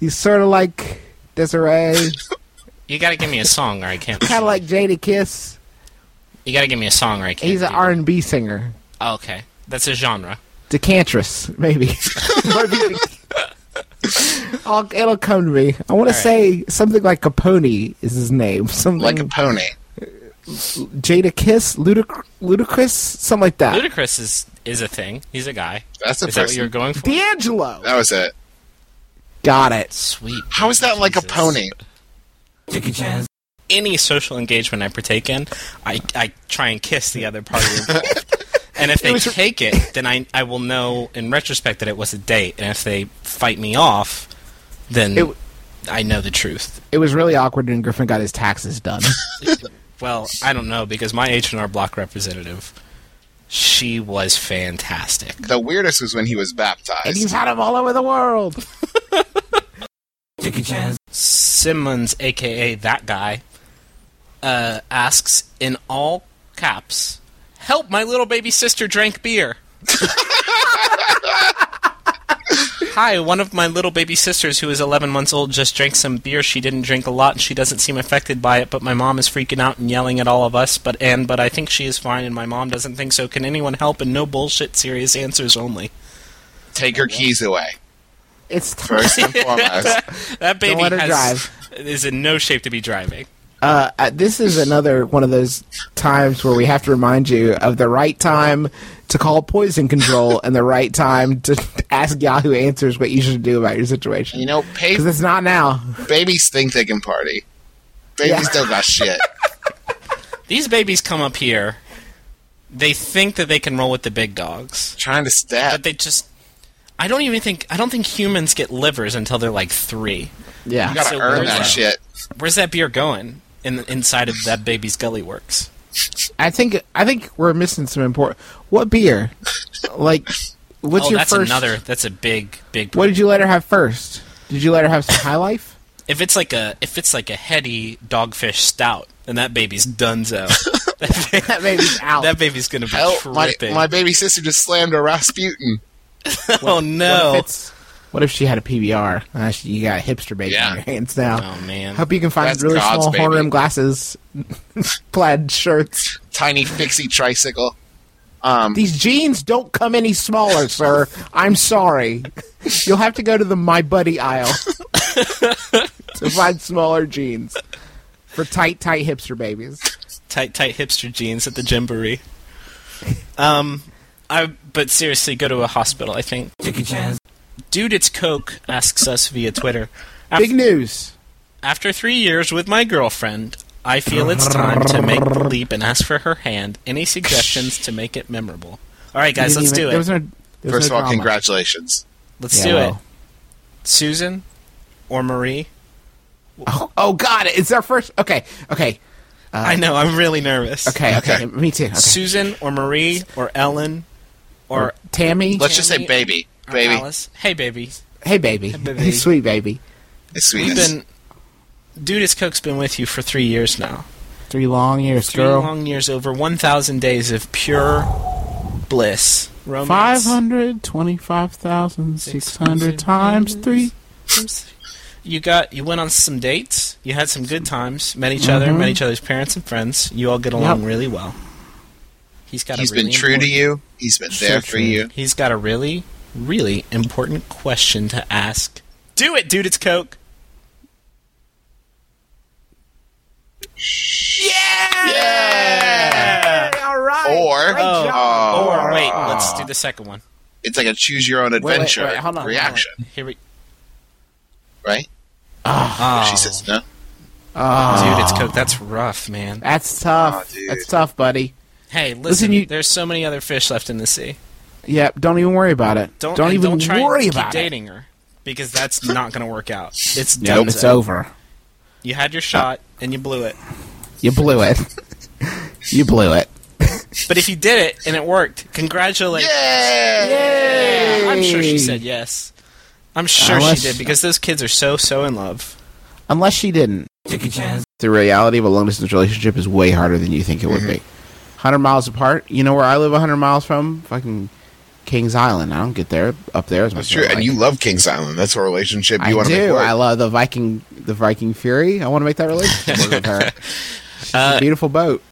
he's sort of like
(laughs)
Desiree,
You gotta give me a song or I can't.
kind of like Jada Kiss.
You gotta give me a song or I can't.
He's an
do
R and B singer.
it. okay, that's a genre.
Decantress, maybe. (laughs) Or de- I'll, it'll come to me. I want to say something like Capone is his name. Something
like a pony.
Jada Kiss, Ludic- Ludicrous, something like that.
Ludacris is is a thing. He's a guy.
That's a
Is that what
person.
you were going for?
D'Angelo.
that was it.
Got it.
Sweet.
How is that like a
Oh, Jesus.
pony?
Any social engagement I partake in, I, I try and kiss the other party.
(laughs)
involved. and if they take it, then I I will know in retrospect that it was a date. And if they fight me off, then
It w-
I know the truth.
It was really awkward when Griffin got his taxes done.
Well, I don't know because my H and R Block representative, she was fantastic.
The weirdest was when he was
and he's
baptized.
had them all over the world.
Simmons, aka that guy, uh, asks in all caps, "Help! My little baby sister drank beer." Hi, one of my little baby sisters who is 11 months old just drank some beer. She didn't drink a lot and she doesn't seem affected by it, but my mom is freaking out and yelling at all of us. But and but I think she is fine and my mom doesn't think so. Can anyone help? And no bullshit, serious answers only.
Take her keys away.
It's time.
First and
(laughs)
foremost.
That baby
let her
has,
drive.
is in no shape to be driving.
Uh, uh, this is another one of those times where we have to remind you of the right time to call poison control and the right time to ask Yahoo Answers what you should do about your situation.
You know, pay,
because it's not now.
babies think they can party. Babies
Yeah.
don't got shit.
(laughs) These babies come up here. They think that they can roll with the big dogs,
Trying to
but
stab.
they just. I don't even think. I don't think humans get livers until they're like three.
Yeah,
You gotta
so
earn
weird.
that shit.
Where's that beer going? In inside of that baby's gully works.
I think I think we're missing some important. What beer? Like, what's
oh,
your
that's
first?
another. That's a big, big.
What did you let her have first? Did you let her have some High Life?
if it's like a if it's like a heady dogfish stout, then that baby's donezo. that,
(laughs)
ba-
That baby's out.
that baby's gonna be
Hell, Oh, my,
tripping.
my baby sister just slammed a Rasputin.
oh no!
What if, it's, what if she had a PBR? Uh, she- you got a hipster baby
Yeah.
in your hands now.
oh man!
Hope you can find
That's
really
God's
small horn
baby.
rim glasses, (laughs) plaid shirts.
Tiny fixie tricycle. Um,
These jeans don't come any smaller, sir. I'm sorry. You'll have to go to the My Buddy
(laughs)
aisle to find smaller jeans for tight, tight hipster babies.
tight tight hipster jeans at the gymboree. Um, I but seriously, go to a hospital. I think. Dude, it's Coke asks us via Twitter.
Big news.
After three years with my girlfriend, I feel it's time to make the leap and ask for her hand. Any suggestions to make it memorable? All right, guys,
Didn't
let's
even-
do
There was
it.
no, there was
first
no
of all,
drama.
congratulations.
Let's
Yeah,
do
well.
it. Susan or Marie?
Oh, oh, God, it's our first. Okay, okay,
I know I'm really nervous.
Uh, okay, okay. Me too. Okay.
Susan or Marie or Ellen or,
Tammy,
Let's just say
Tammy
baby.
or
Baby.
Alice? Hey, baby.
hey baby,
baby.
sweet baby.
It's sweet.
We've been. Dude, his coke's been with you for three years now.
Three long years,
Three
girl.
long years, over 1,000 days of pure bliss. Romance.
hundred twenty-five thousand six hundred times three.
you got you went on some dates. You had some good times. Met each other.
Mm-hmm.
Met each other's parents and friends. You all get along really well. He's got.
He's
a really
been true to
important-
you. He's been there for you.
He's got a really, really important question to ask. Do it, dude. It's Coke.
Or
Or wait, let's do the second one.
it's like a choose your own adventure
wait, hold on, hold
reaction,
Here we.
right?
Ah.
She says no.
Dude, it's Coke. That's rough, man.
That's tough.
Aw, dude.
That's tough, buddy.
Hey, listen.
you-
There's so many other fish left in the sea.
Yep. Don't even worry about it.
Don't
Don't,
and
even
don't try and
worry
keep
about it.
dating her because that's not going to work out. It's
Yep,
done.
It's over.
You had your shot and you blew it.
You blew
(laughs)
it. you blew it.
But if you did it and it worked, congratulations. Yeah, I'm sure she said yes. I'm sure
Unless-
she did because those kids are so so in love.
Unless she didn't.
The reality of a long distance relationship is way harder than you think it would
Mm-hmm.
be. 100 miles apart. You know where I live 100 miles from? Fucking Kings Island. I don't get there up there as much.
That's true.
as I
And
like.
you love King's Island. That's a relationship you
I
want to make
do.
work.
I love the Viking, the Viking Fury. I want to make that relationship work with
(laughs)
her. She's
Uh,
a beautiful boat.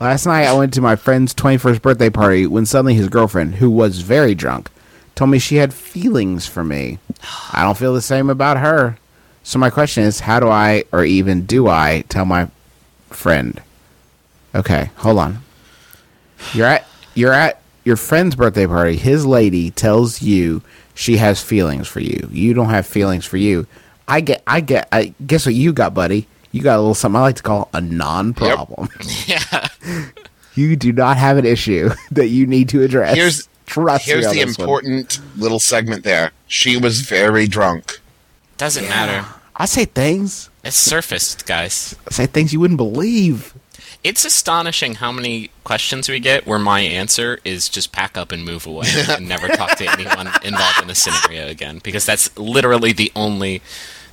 Last night, I went to my friend's 21st birthday party when suddenly his girlfriend, who was very drunk, told me she had feelings for me. I don't feel the same about her. So my question is, how do I, or even do I, tell my friend? Okay, hold on. You're at you're at your friend's birthday party. His lady tells you she has feelings for you. You don't have feelings for you. I get I get I guess what you got, buddy. You got a little something I like to call a non-problem.
(laughs)
(laughs) you do not have an issue (laughs) that you need to address.
Here's-
Trust me
Here's
on
the
this one.
important little segment there. She was very drunk.
Doesn't matter.
I say things.
It's surfaced, guys.
I say things you wouldn't believe.
It's astonishing how many questions we get where my answer is just pack up and move away and never talk to anyone involved in the scenario again because that's literally the only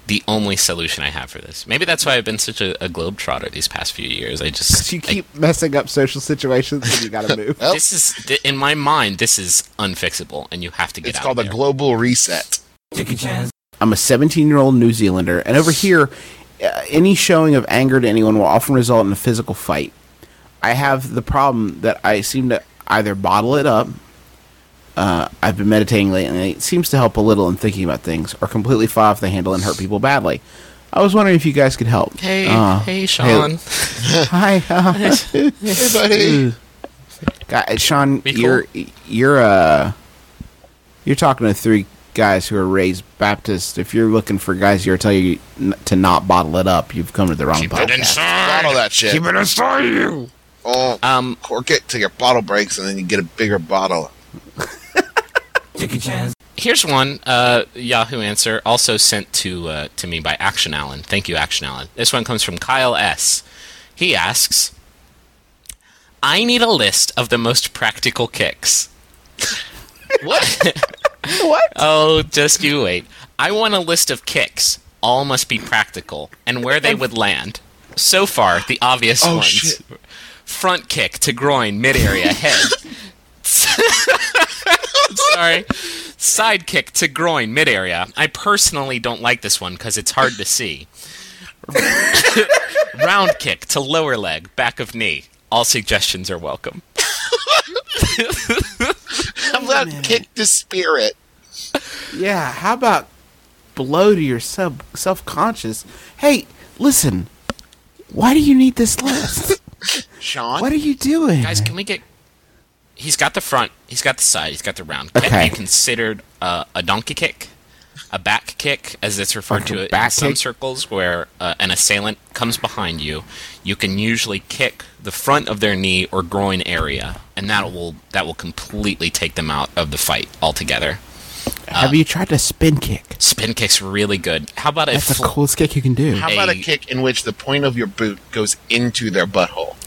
the only solution I have for this. Maybe that's why I've been such a, a globetrotter these past few years. I just
You
I-
keep messing up social situations and you gotta
(laughs)
move.
Oh.
this is th- in my mind this is unfixable and you have to get
It's
out
called
there.
a global reset.
I'm a 17 year old New Zealander, and over here, uh, any showing of anger to anyone will often result in a physical fight. I have the problem that I seem to either bottle it up. Uh, I've been meditating lately, and it seems to help a little in thinking about things, or completely fly off the handle and hurt people badly. I was wondering if you guys could help.
Hey,
Uh,
hey, Sean.
(laughs) Hi, uh,
Hey, buddy.
guy, Sean,
cool.
you're you're uh, you're talking to three guys who are raised Baptist. If you're looking for guys who are telling you n- to not bottle it up, you've come to the wrong
Put
podcast.
inside all that shit. Keep it inside you. Oh,
Um,
cork it till your bottle breaks, and then you get a bigger bottle.
here's one uh, Yahoo answer also sent to uh, to me by Action Allen. Thank you, Action Allen. This one comes from Kyle S. He asks, "I need a list of the most practical kicks." (laughs) what? what? Oh, just you wait. I want a list of kicks. All must be practical and where they would land. So far, the obvious ones:
shit.
front kick to groin, mid area, head. (laughs) Sorry. Sidekick to groin mid area. I personally don't like this one because it's hard to see. (laughs) Round kick to lower leg, back of knee. All suggestions are welcome.
How about kick the spirit?
Yeah, how about blow to your sub self conscious? Hey, listen, why do you need this
(laughs)
list?
Sean?
what are you doing?
Guys, can we get. He's got the front, he's got the side, he's got the round. Have
Okay.
you considered uh, a donkey kick? A back kick, as it's referred to in
back
some
kick?
circles, where uh, an assailant comes behind you, you can usually kick the front of their knee or groin area, and that will that will completely take them out of the fight altogether.
Have you tried to spin kick?
Spin kick's really good. How about if
That's the coolest kick you can do.
How about a
Hey.
kick in which the point of your boot goes into their butthole?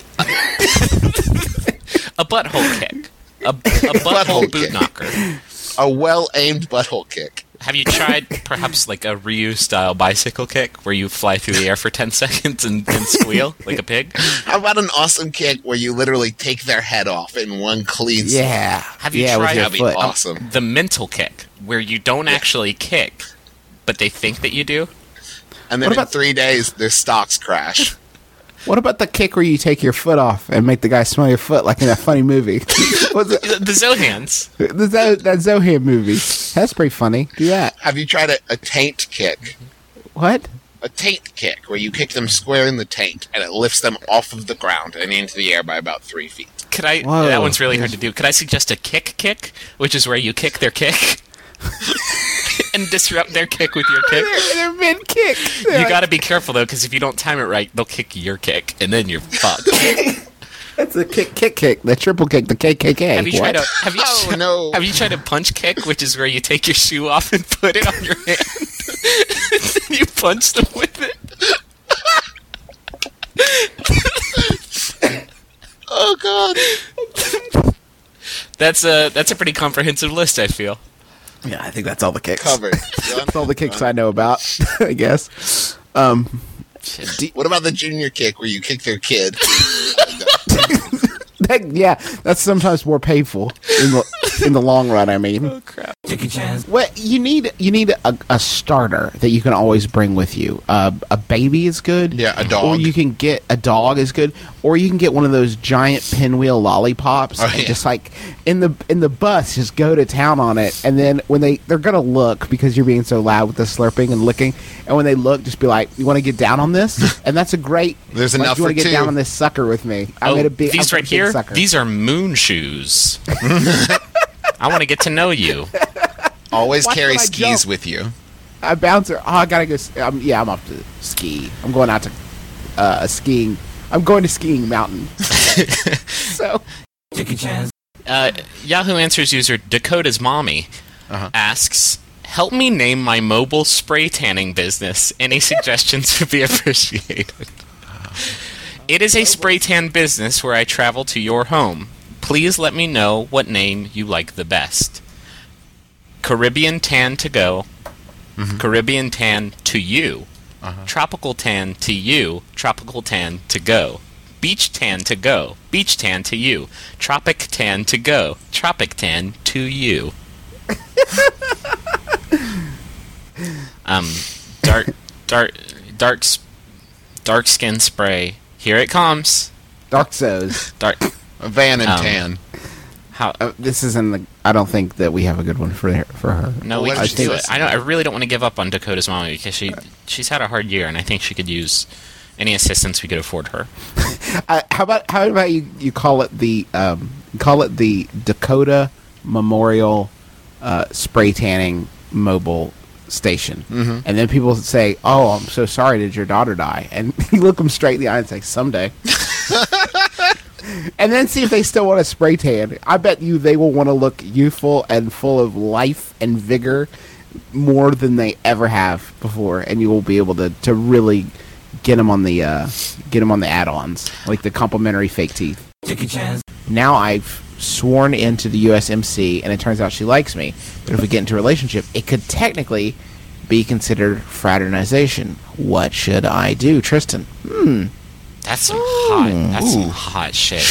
a butthole kick,
(laughs)
a, a butthole
Butthole
boot
kick.
knocker?
A well aimed butthole kick.
Have
(laughs)
you tried perhaps like a Ryu style bicycle kick where you fly through the air for ten (laughs) seconds and, and squeal like a pig?
How about an awesome kick where you literally take their head off in one clean sweep?
Yeah.
Have you
yeah,
tried-
with your
That'd be
foot?
awesome.
The mental kick where you don't actually kick, but they think that you do.
And then
What about-
in three days, their stocks crash.
What about the kick where you take your foot off and make the guy smell your foot like in that funny movie? (laughs) What's it?
The, the Zohans.
The Zo- that Zohan movie. That's pretty funny. Do that.
Have you tried a, a taint kick?
What?
A taint kick, where you kick them square in the taint and it lifts them off of the ground and into the air by about three feet.
Could I?
Whoa.
That one's really hard to do. Could I suggest a kick kick, which is where you kick
(laughs)
their kick and disrupt their kick with your kick?
They're mid kick.
You got to be careful though, because if you don't time it right, they'll kick your kick, and then
(laughs)
you're fucked.
That's a kick, kick, kick. The triple kick, the KKK.
Have you
what?
tried a have you,
Oh, no.
have you tried a punch kick, which is where you take your shoe off and put it on your hand, (laughs) and you punch them with it?
Oh, God.
That's a that's a pretty comprehensive list. I feel.
yeah, I think that's all the kicks.
Covered. Done.
That's all the kicks I know about, (laughs) I guess. Um,
(laughs) What about the junior kick where you kick their kid?
(laughs) that, yeah, that's sometimes more painful in the, in the long run, I mean. (laughs) Oh, crap. Well, you need you need a, a starter that you can always bring with you. Uh, a baby is good.
Yeah, a
Or
dog.
you can get a dog is good. Or you can get one of those giant pinwheel lollipops
Oh,
and
yeah.
just like in the in the bus, just go to town on it. And then when they they're gonna look because you're being so loud with the slurping and licking. And when they look, just be like, "You want to get down on
(laughs)
this?" And that's a great.
There's
like,
enough
You wanna
for
get
two."
down on this sucker with me? I
oh,
made a big.
these
I'm a
right
big
here.
Sucker.
These are
(laughs)
moon shoes. I want to get to know you.
Always
Why
carry
should I
skis
jump?
with you.
a bouncer. Oh, I gotta go. s- Um, yeah, I'm off to ski. I'm going out to uh, skiing. I'm going to skiing (laughs) mountain. so
Uh, Yahoo Answers user Dakota's mommy asks, "Help me name my mobile spray tanning business. Any suggestions would be appreciated." It is a spray tan business where I travel to your home. Please let me know what name you like the best. Caribbean tan to go. Caribbean tan to you. Uh-huh. Tropical tan to you. Tropical tan to go. Beach tan to go. Beach tan to you. Tropic tan to go. Tropic tan to you. (laughs) um, dark, dark, dark, s- dark skin spray. Here it comes.
dark zones.
Dark.
A van (coughs) and
Um,
tan.
How?
Uh, this isn't. The, I don't think that we have a good one for her, for her.
No,
Well,
we
what
can
did she
do
say?
it. I don't. I really don't want to give up on Dakota's mommy because she she's had a hard year, and I think she could use any assistance we could afford her.
Uh, how about how about you? You call it the um, call it the Dakota Memorial uh, Spray Tanning Mobile Station, and then people say, "Oh, I'm so sorry. Did your daughter die?" And (laughs) you look them straight in the eye and say, "Someday." and then see if they still want to spray tan. I bet you they will want to look youthful and full of life and vigor more than they ever have before, and you will be able to, to really get them on the uh, get them on the add-ons, like the complimentary fake teeth. Now I've sworn into the USMC, and it turns out she likes me. But if we get into a relationship, it could technically be considered fraternization. What should I do, Tristan?
That's some hot. That's some hot shit.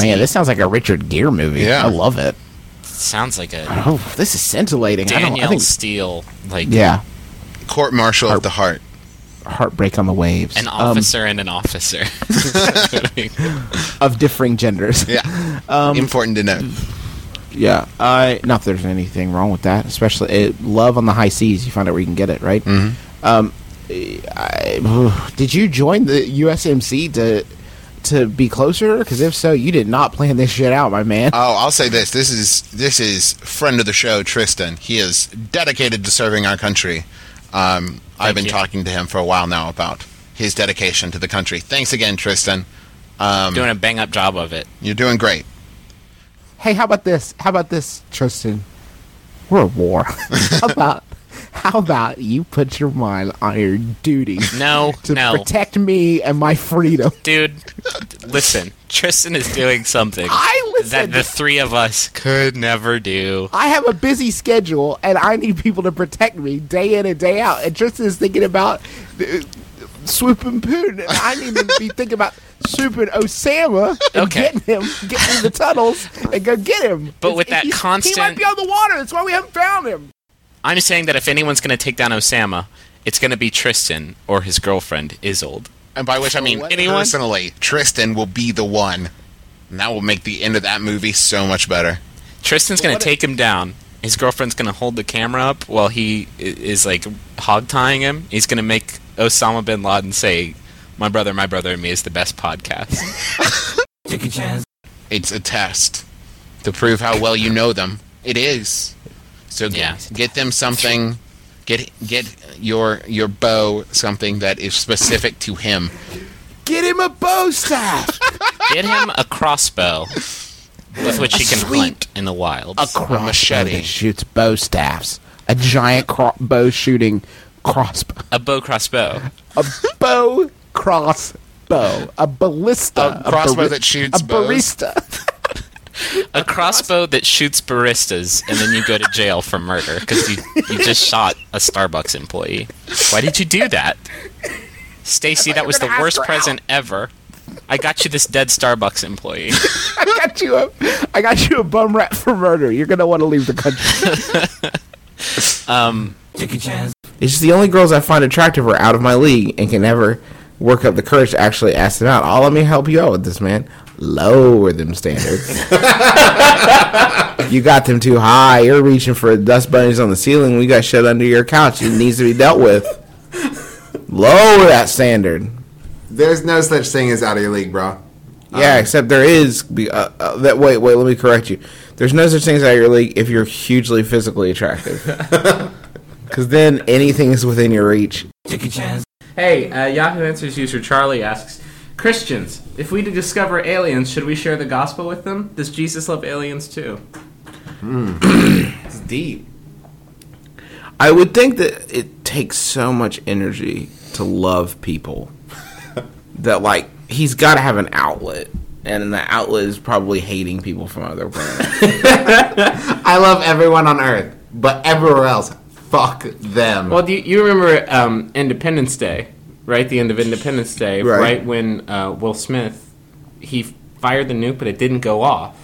Man, this sounds like a Richard Gere movie.
Yeah.
I love it.
Sounds like a
Oh, this is scintillating. I don't. I
Danielle
think.
Steele, like
Yeah,
Court martial of the heart.
heartbreak on the waves.
an
Um,
officer and
(laughs)
an officer. (laughs)
of differing genders.
Yeah.
Um,
Important to know.
(laughs) Yeah, I not that there's anything wrong with that. Especially it, love on the high seas, you find out where you can get it, right? Mm-hmm. Um, I, did you join the USMC to to be closer? Because if so, you did not plan this shit out, my man.
Oh, I'll say this. This is this is friend of the show, Tristan. He is dedicated to serving our country. Um, I've been
you.
talking to him for a while now about his dedication to the country. Thanks again, Tristan. Um,
doing a bang up job of it.
you're doing great.
hey, how about this? How about this, Tristan? We're at war. (laughs) how about how about you put your mind on your duty
No,
to
no,
protect me and my freedom?
dude. Listen, Tristan is doing something
I listen.
that the three of us could never do.
I have a busy schedule and I need people to protect me day in and day out. And Tristan is thinking about uh, Swoop and Poon, and I need him to be thinking about Swoop and Osama and
Okay.
getting him, get through the tunnels and go get him.
But with that
he-
constant-
he might be on the water. That's why we haven't found him.
I'm saying that if anyone's going to take down Osama, it's going to be Tristan or his girlfriend Isolde.
And by which I mean
Anyone?
personally, Tristan will be the one. And that will make the end of that movie so much better.
Tristan's going to take him down. His girlfriend's going to hold the camera up while he i- is like hog tying him. He's going to make Osama bin Laden say, "My brother, my brother, and me is the best podcast."
It's a test to prove how well you know them. It is. So g-
Yeah.
get them something. Get get your your bow something that is specific to him.
Get him a bow
(laughs)
staff.
Get him a crossbow with which he can hunt in the wild.
A machete.
shoots bow staffs. A giant cro- bow shooting crossbow.
A bow crossbow.
A bow crossbow. A ballista.
A crossbow
bari-
that shoots
A
bows.
barista.
A crossbow that shoots baristas, and then you go to jail for murder because you, you just shot a Starbucks employee. Why did you do that, Stacy? That was the worst present ever. I got you this dead Starbucks employee.
I got you a. I got you a bum rat for murder. You're gonna want to leave the country.
(laughs) Um, It's just the only girls I find attractive are out of my league and can never work up the courage to actually ask them out. All let me help you out with this, man. Lower
(laughs)
them standards. you got them too high. You're reaching for dust bunnies on the ceiling. We got shut under your couch. It needs to be dealt with. Lower that standard.
There's no such thing as out of your league, bro.
Yeah, except there is be- uh, uh, that. Wait, wait. Let me correct you. There's no such thing as out of your league if you're hugely physically (laughs) attractive. Because then anything is within your reach.
Hey, uh, Yahoo Answers user Charlie asks Christians, if we discover aliens, should we share the gospel with them? Does Jesus love aliens too?
Hmm. (clears throat) It's deep. I would think that it takes so much energy to love people that like he's got to have an outlet, and the outlet is probably hating people from other planets.
I love everyone on Earth, but everywhere else, fuck them.
Well, do you, you remember um, Independence Day, right? The end of Independence Day,
Right.
right, when uh, Will Smith he fired the nuke, but it didn't go off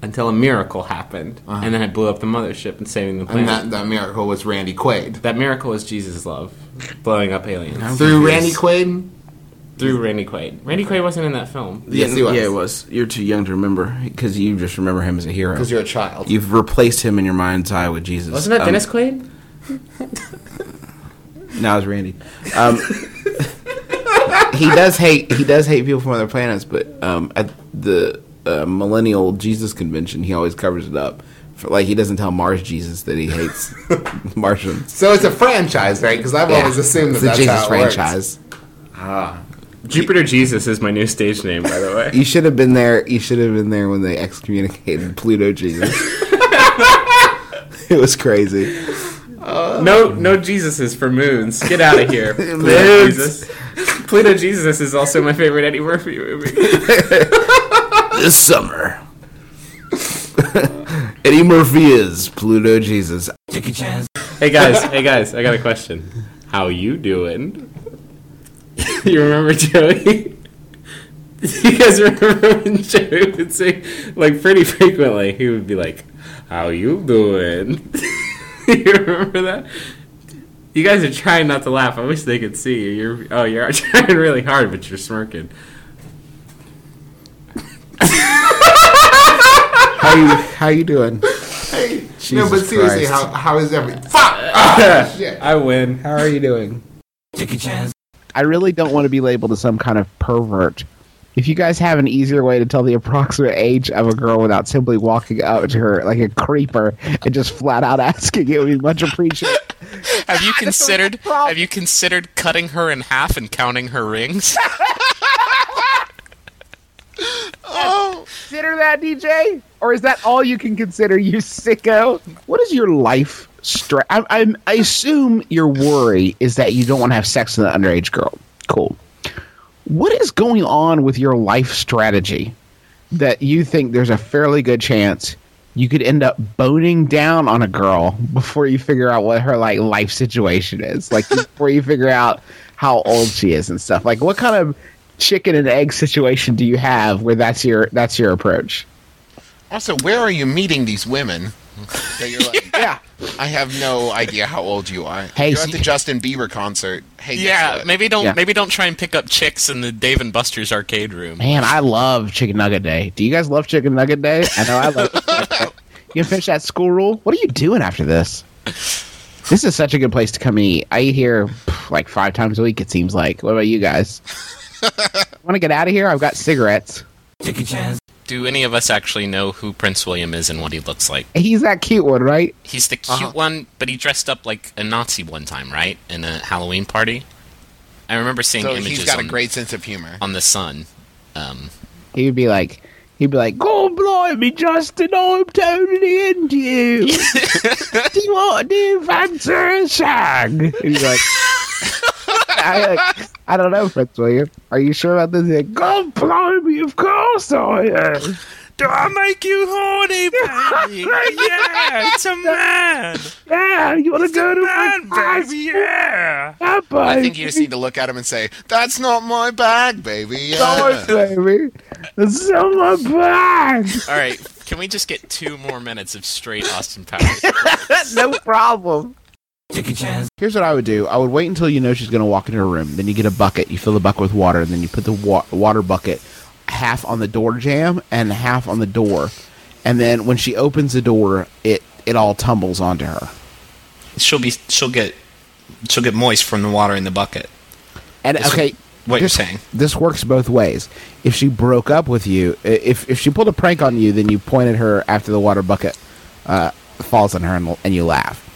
until a miracle happened, and then it blew up the mothership and saving the planet.
Uh-huh. and
Mm-hmm.
that, that miracle was Randy Quaid.
That miracle is Jesus' love, blowing up aliens
Through Randy Quaid?
through Randy Quaid. Randy Quaid wasn't in that film.
(laughs) Yes, he was.
Yeah, it was. You're too young to remember because you just remember him as a hero.
Because you're a child.
You've replaced him in your mind's eye with Jesus.
Wasn't that
Um,
Dennis Quaid?
Now it's Randy. Um, (laughs) he does hate he does hate people from other planets, but um, at the uh, millennial Jesus convention, he always covers it up. For, like he doesn't tell Mars Jesus that he
(laughs)
hates Martians.
so it's a franchise, right? Because I've always assumed that
it's a
that's
Jesus
how it works.
franchise.
Jupiter Jesus is my new stage name, by the
(laughs)
way.
You should have been there. You should have been there when they excommunicated Pluto (laughs) Jesus. it was crazy.
No, no Jesuses for moons. Get out of
(laughs)
here, Pluto
Moons.
Jesus. (laughs) Pluto Jesus is also my favorite Eddie Murphy movie.
This summer, (laughs) Eddie Murphy is Pluto Jesus.
(laughs) Hey guys, hey guys, I got a question. How you doing? (laughs) you remember Joey? (laughs) you guys remember when Joey would say, like, pretty frequently, he would be like, "How you doing?" (laughs) you remember that? You guys are trying not to laugh. I wish they could see you. You're oh, you're (laughs) trying really hard, but you're smirking.
how you How you doing?
No, but
Jesus
seriously,
Christ.
how, how is every. Fuck!
I win.
How are you doing? I really don't want to be labeled as some kind of pervert. If you guys have an easier way to tell the approximate age of a girl without simply walking up to her like a creeper and just flat out (laughs) asking, it would be much appreciated.
Have you considered? Have you considered cutting her in half and counting her rings?
consider that, DJ? Or is that all you can consider, you sicko? What is your life stress? I, I'm, I assume your worry is that you don't want to have sex with an underage girl. Cool. What is going on with your life strategy that you think there's a fairly good chance you could end up boning down on a girl before you figure out what her like life situation is, like before you figure out how old she is and stuff? Like, what kind of chicken and egg situation do you have where that's your that's your approach?
Also, where are you meeting these women? That
(laughs)
you're like, yeah, I have no idea how old you are.
Hey,
you're
so-
at the Justin Bieber concert. Hey, guess
yeah,
what?
maybe don't
Yeah.
maybe don't try and pick up chicks in the Dave and Buster's arcade room.
Man, I love Chicken Nugget Day. Do you guys love Chicken Nugget Day? I know I love. it. you finish that school rule. What are you doing after this? This is such a good place to come and eat. I eat here pff, like five times a week. It seems like. What about you guys? Want to get out of here? I've got cigarettes.
Take a chance. Do any of us actually know who Prince William is and what he looks like?
He's that cute one, right?
He's the cute one, but he dressed up like a Nazi one time, right? In a Halloween party. I remember seeing
So
images
he's got a
on,
great sense of humor.
on the sun. Um,
He would be like, he'd be like, "Go blimey, Justin, I'm totally
(laughs)
into you. do you want to do fancy a shag?" And he's like, I, like, "I don't know, Prince William. Are you sure about this?" He's like, "Go blimey, of course I am."
Do I make you
(laughs)
horny, baby? yeah, it's a man.
Yeah, you want to go to
man,
my
baby? Yeah.
I think you just need to look at him and say, "That's not my bag, baby." Yeah.
baby. It's on my (laughs) bag.
all right, can we just get two more minutes of (laughs) straight Austin Powers?
no problem. Here's what I would do. I would wait until you know she's going to walk into her room. Then you get a bucket. You fill the bucket with water, and then you put the wa- water bucket half on the door jamb and half on the door. And then when she opens the door, it it all tumbles onto her.
She'll be she'll get she'll get moist from the water in the bucket.
And
That's
okay,
what you're
this-
saying.
This works both ways. If she broke up with you, i- if if she pulled a prank on you, then you point at her after the water bucket uh, falls on her and, and you laugh.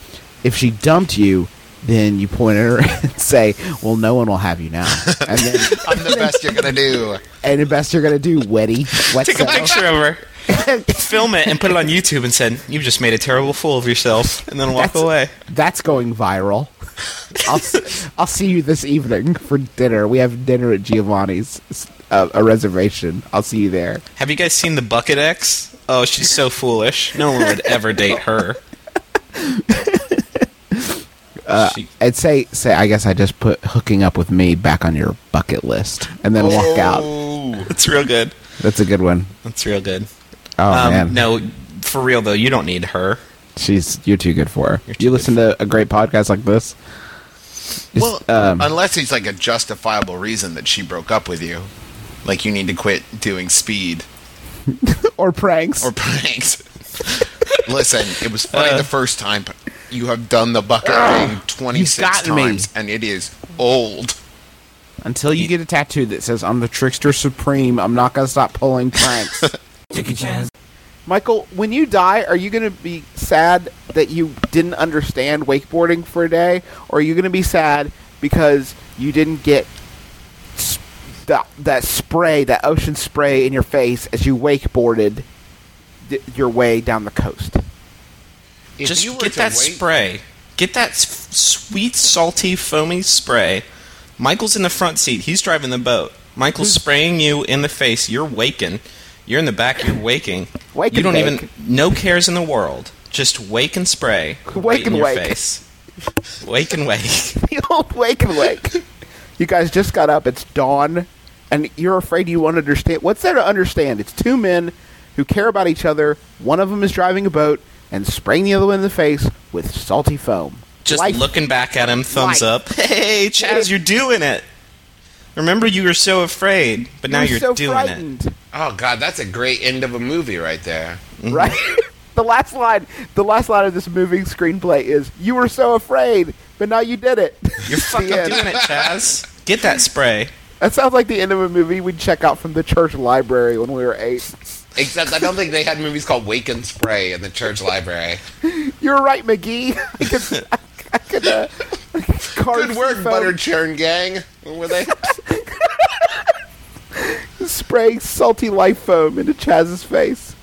If she dumped you, then you point at her (laughs) and say, "Well, no one will have you
(laughs)
now." And then,
I'm the best you're gonna do.
and the best you're gonna do, wetty, wet
Take a
settle.
picture of her, film it, and put it on YouTube, and said you've just made a terrible fool of yourself, and then walk
That's-
away.
That's going
(laughs)
viral. I'll, s- I'll see you this evening for dinner. We have dinner at Giovanni's, s- uh, a reservation. I'll see you there.
Have you guys seen the Bucket X? Oh, she's so foolish. No one would ever
(laughs)
date her.
Uh, I'd say, say, I guess I just put hooking up with me back on your bucket list, and then walk out.
Oh, That's real good.
That's a good one.
That's real good. Um,
Oh, man.
No, for real though, you don't need her.
She's you're too good for her. You listen to a great podcast like this. Just,
Well,
um,
unless it's like a justifiable reason that she broke up with you, like you need to quit doing speed
or pranks
or (laughs) pranks. Listen, it was
Uh.
funny the first time, but you have done the bucket thing twenty six
gotten me.
times, and it is old.
until you get a tattoo that says "I'm the trickster supreme," I'm not gonna stop pulling pranks. Take a chance. Michael, when you die, are you going to be sad that you didn't understand wakeboarding for a day, or are you going to be sad because you didn't get sp- that that spray, that ocean spray in your face as you wakeboarded d- your way down the coast?
If
just
you were
get
to
that
wait-
spray. Get that s- sweet, salty, foamy spray. Michael's in the front seat. He's driving the boat. Michael's spraying you in the face. You're waking. You're in the back. You're waking.
Wake
you
and
don't
bake.
even. No cares in the world. Just wake and spray. Wake
and
your
wake.
Face. Wake and wake.
(laughs) the old wake and wake. You guys just got up. It's dawn, and you're afraid you won't understand. What's there to understand? It's two men who care about each other. One of them is driving a boat and spraying the other one in the face with salty foam.
Just
Life-
looking back at him,
Life.
thumbs up. (laughs) Hey, Chaz, you're doing it. Remember, you were so afraid, but now you're doing it.
Oh God, that's a great end of a movie right there.
right? the last line, the last line of this moving screenplay is, "You were so afraid, but now you did it."
You're fucking
The end.
doing it, Chaz. Get that spray.
That sounds like the end of a movie we'd check out from the church library when we were eight.
Except I don't think they had movies called Wake and Spray in the church library.
You're right, McGee. (laughs) I could, I, I could uh, carve
Good work,
some foam,
Butter Churn Gang. Where were they?
Spray salty life foam into Chaz's face.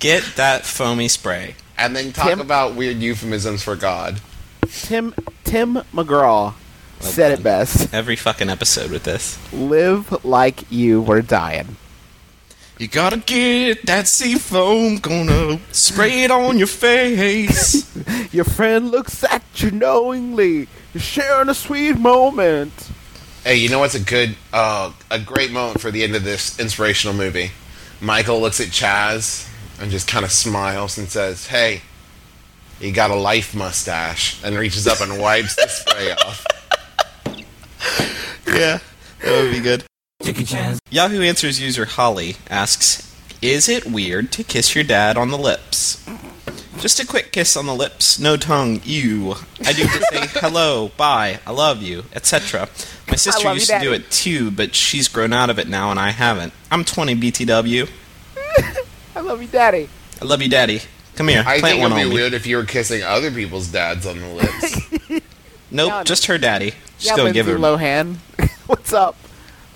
Get that foamy spray.
And then talk about weird euphemisms for God.
Tim Tim McGraw said it best:
Every fucking episode with this.
"Live like you were dying."
You gotta get that sea foam, gonna spray it on your face.
Your friend looks at you knowingly. You're sharing a sweet moment.
Hey, you know what's a good, uh, a great moment for the end of this inspirational movie? Michael looks at Chaz and just kind of smiles and says, "Hey, you got a life mustache," and reaches up and wipes the spray
(laughs)
off.
yeah, that would be good. Yahoo Answers user Holly asks, "Is it weird to kiss your dad on the lips? Just a quick kiss on the lips, no tongue. Ew. I do to say
(laughs)
hello, bye, I love you, etc. My sister
love you,
used to do
Daddy.
it too, but she's grown out of it now, and I haven't. I'm 20 BTW.
(laughs) I love you, Daddy.
I love you, Daddy. Come here,
I
plant
think
one
it'd
on
be
me.
weird if you were kissing other people's dads on the lips.
(laughs)
Nope, just her daddy. Just
yeah,
go
Lindsay
give her.
Lohan. (laughs) What's up?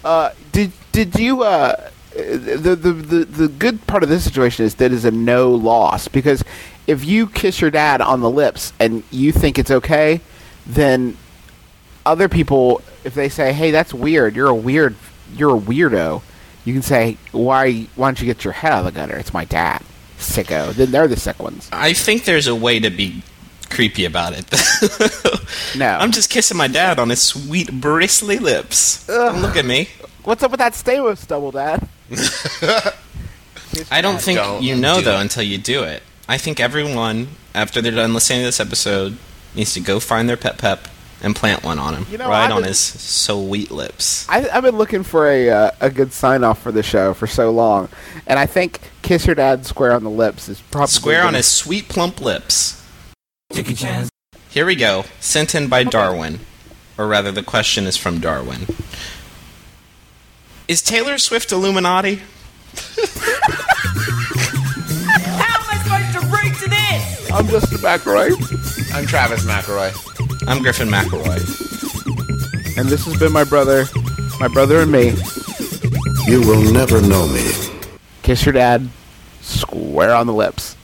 Uh, did did you uh, the, the the the good part of this situation is that is a no loss because if you kiss your dad on the lips and you think it's okay, then other people if they say, "Hey, that's weird. You're a weird. You're a weirdo," you can say, "Why why don't you get your head out of the gutter? It's my dad, sicko." Then they're the sick ones.
I think there's a way to be creepy about it. (laughs)
no,
I'm just kissing my dad on his sweet bristly lips. Don't look at me.
What's up with that Stamos stubble, Dad?
I don't think
Don't
you know
do
though
it.
until you do it. I think everyone after they're done listening to this episode needs to go find their pet pep and plant one on him,
You know,
right
I've
on
been-
his sweet lips.
I, I've been looking for a uh, a good sign off for the show for so long, and I think kiss your dad square on the lips is probably
Square on
gonna-
his sweet plump lips. Here we go. Sent in by Darwin. Or rather, the question is from Darwin. Is Taylor Swift Illuminati?
How am I supposed to read to this?
I'm Justin
(laughs)
McElroy.
I'm Travis McElroy.
I'm Griffin McElroy.
And this has been my brother, my brother and me.
You will never know me.
Kiss your dad square on the lips.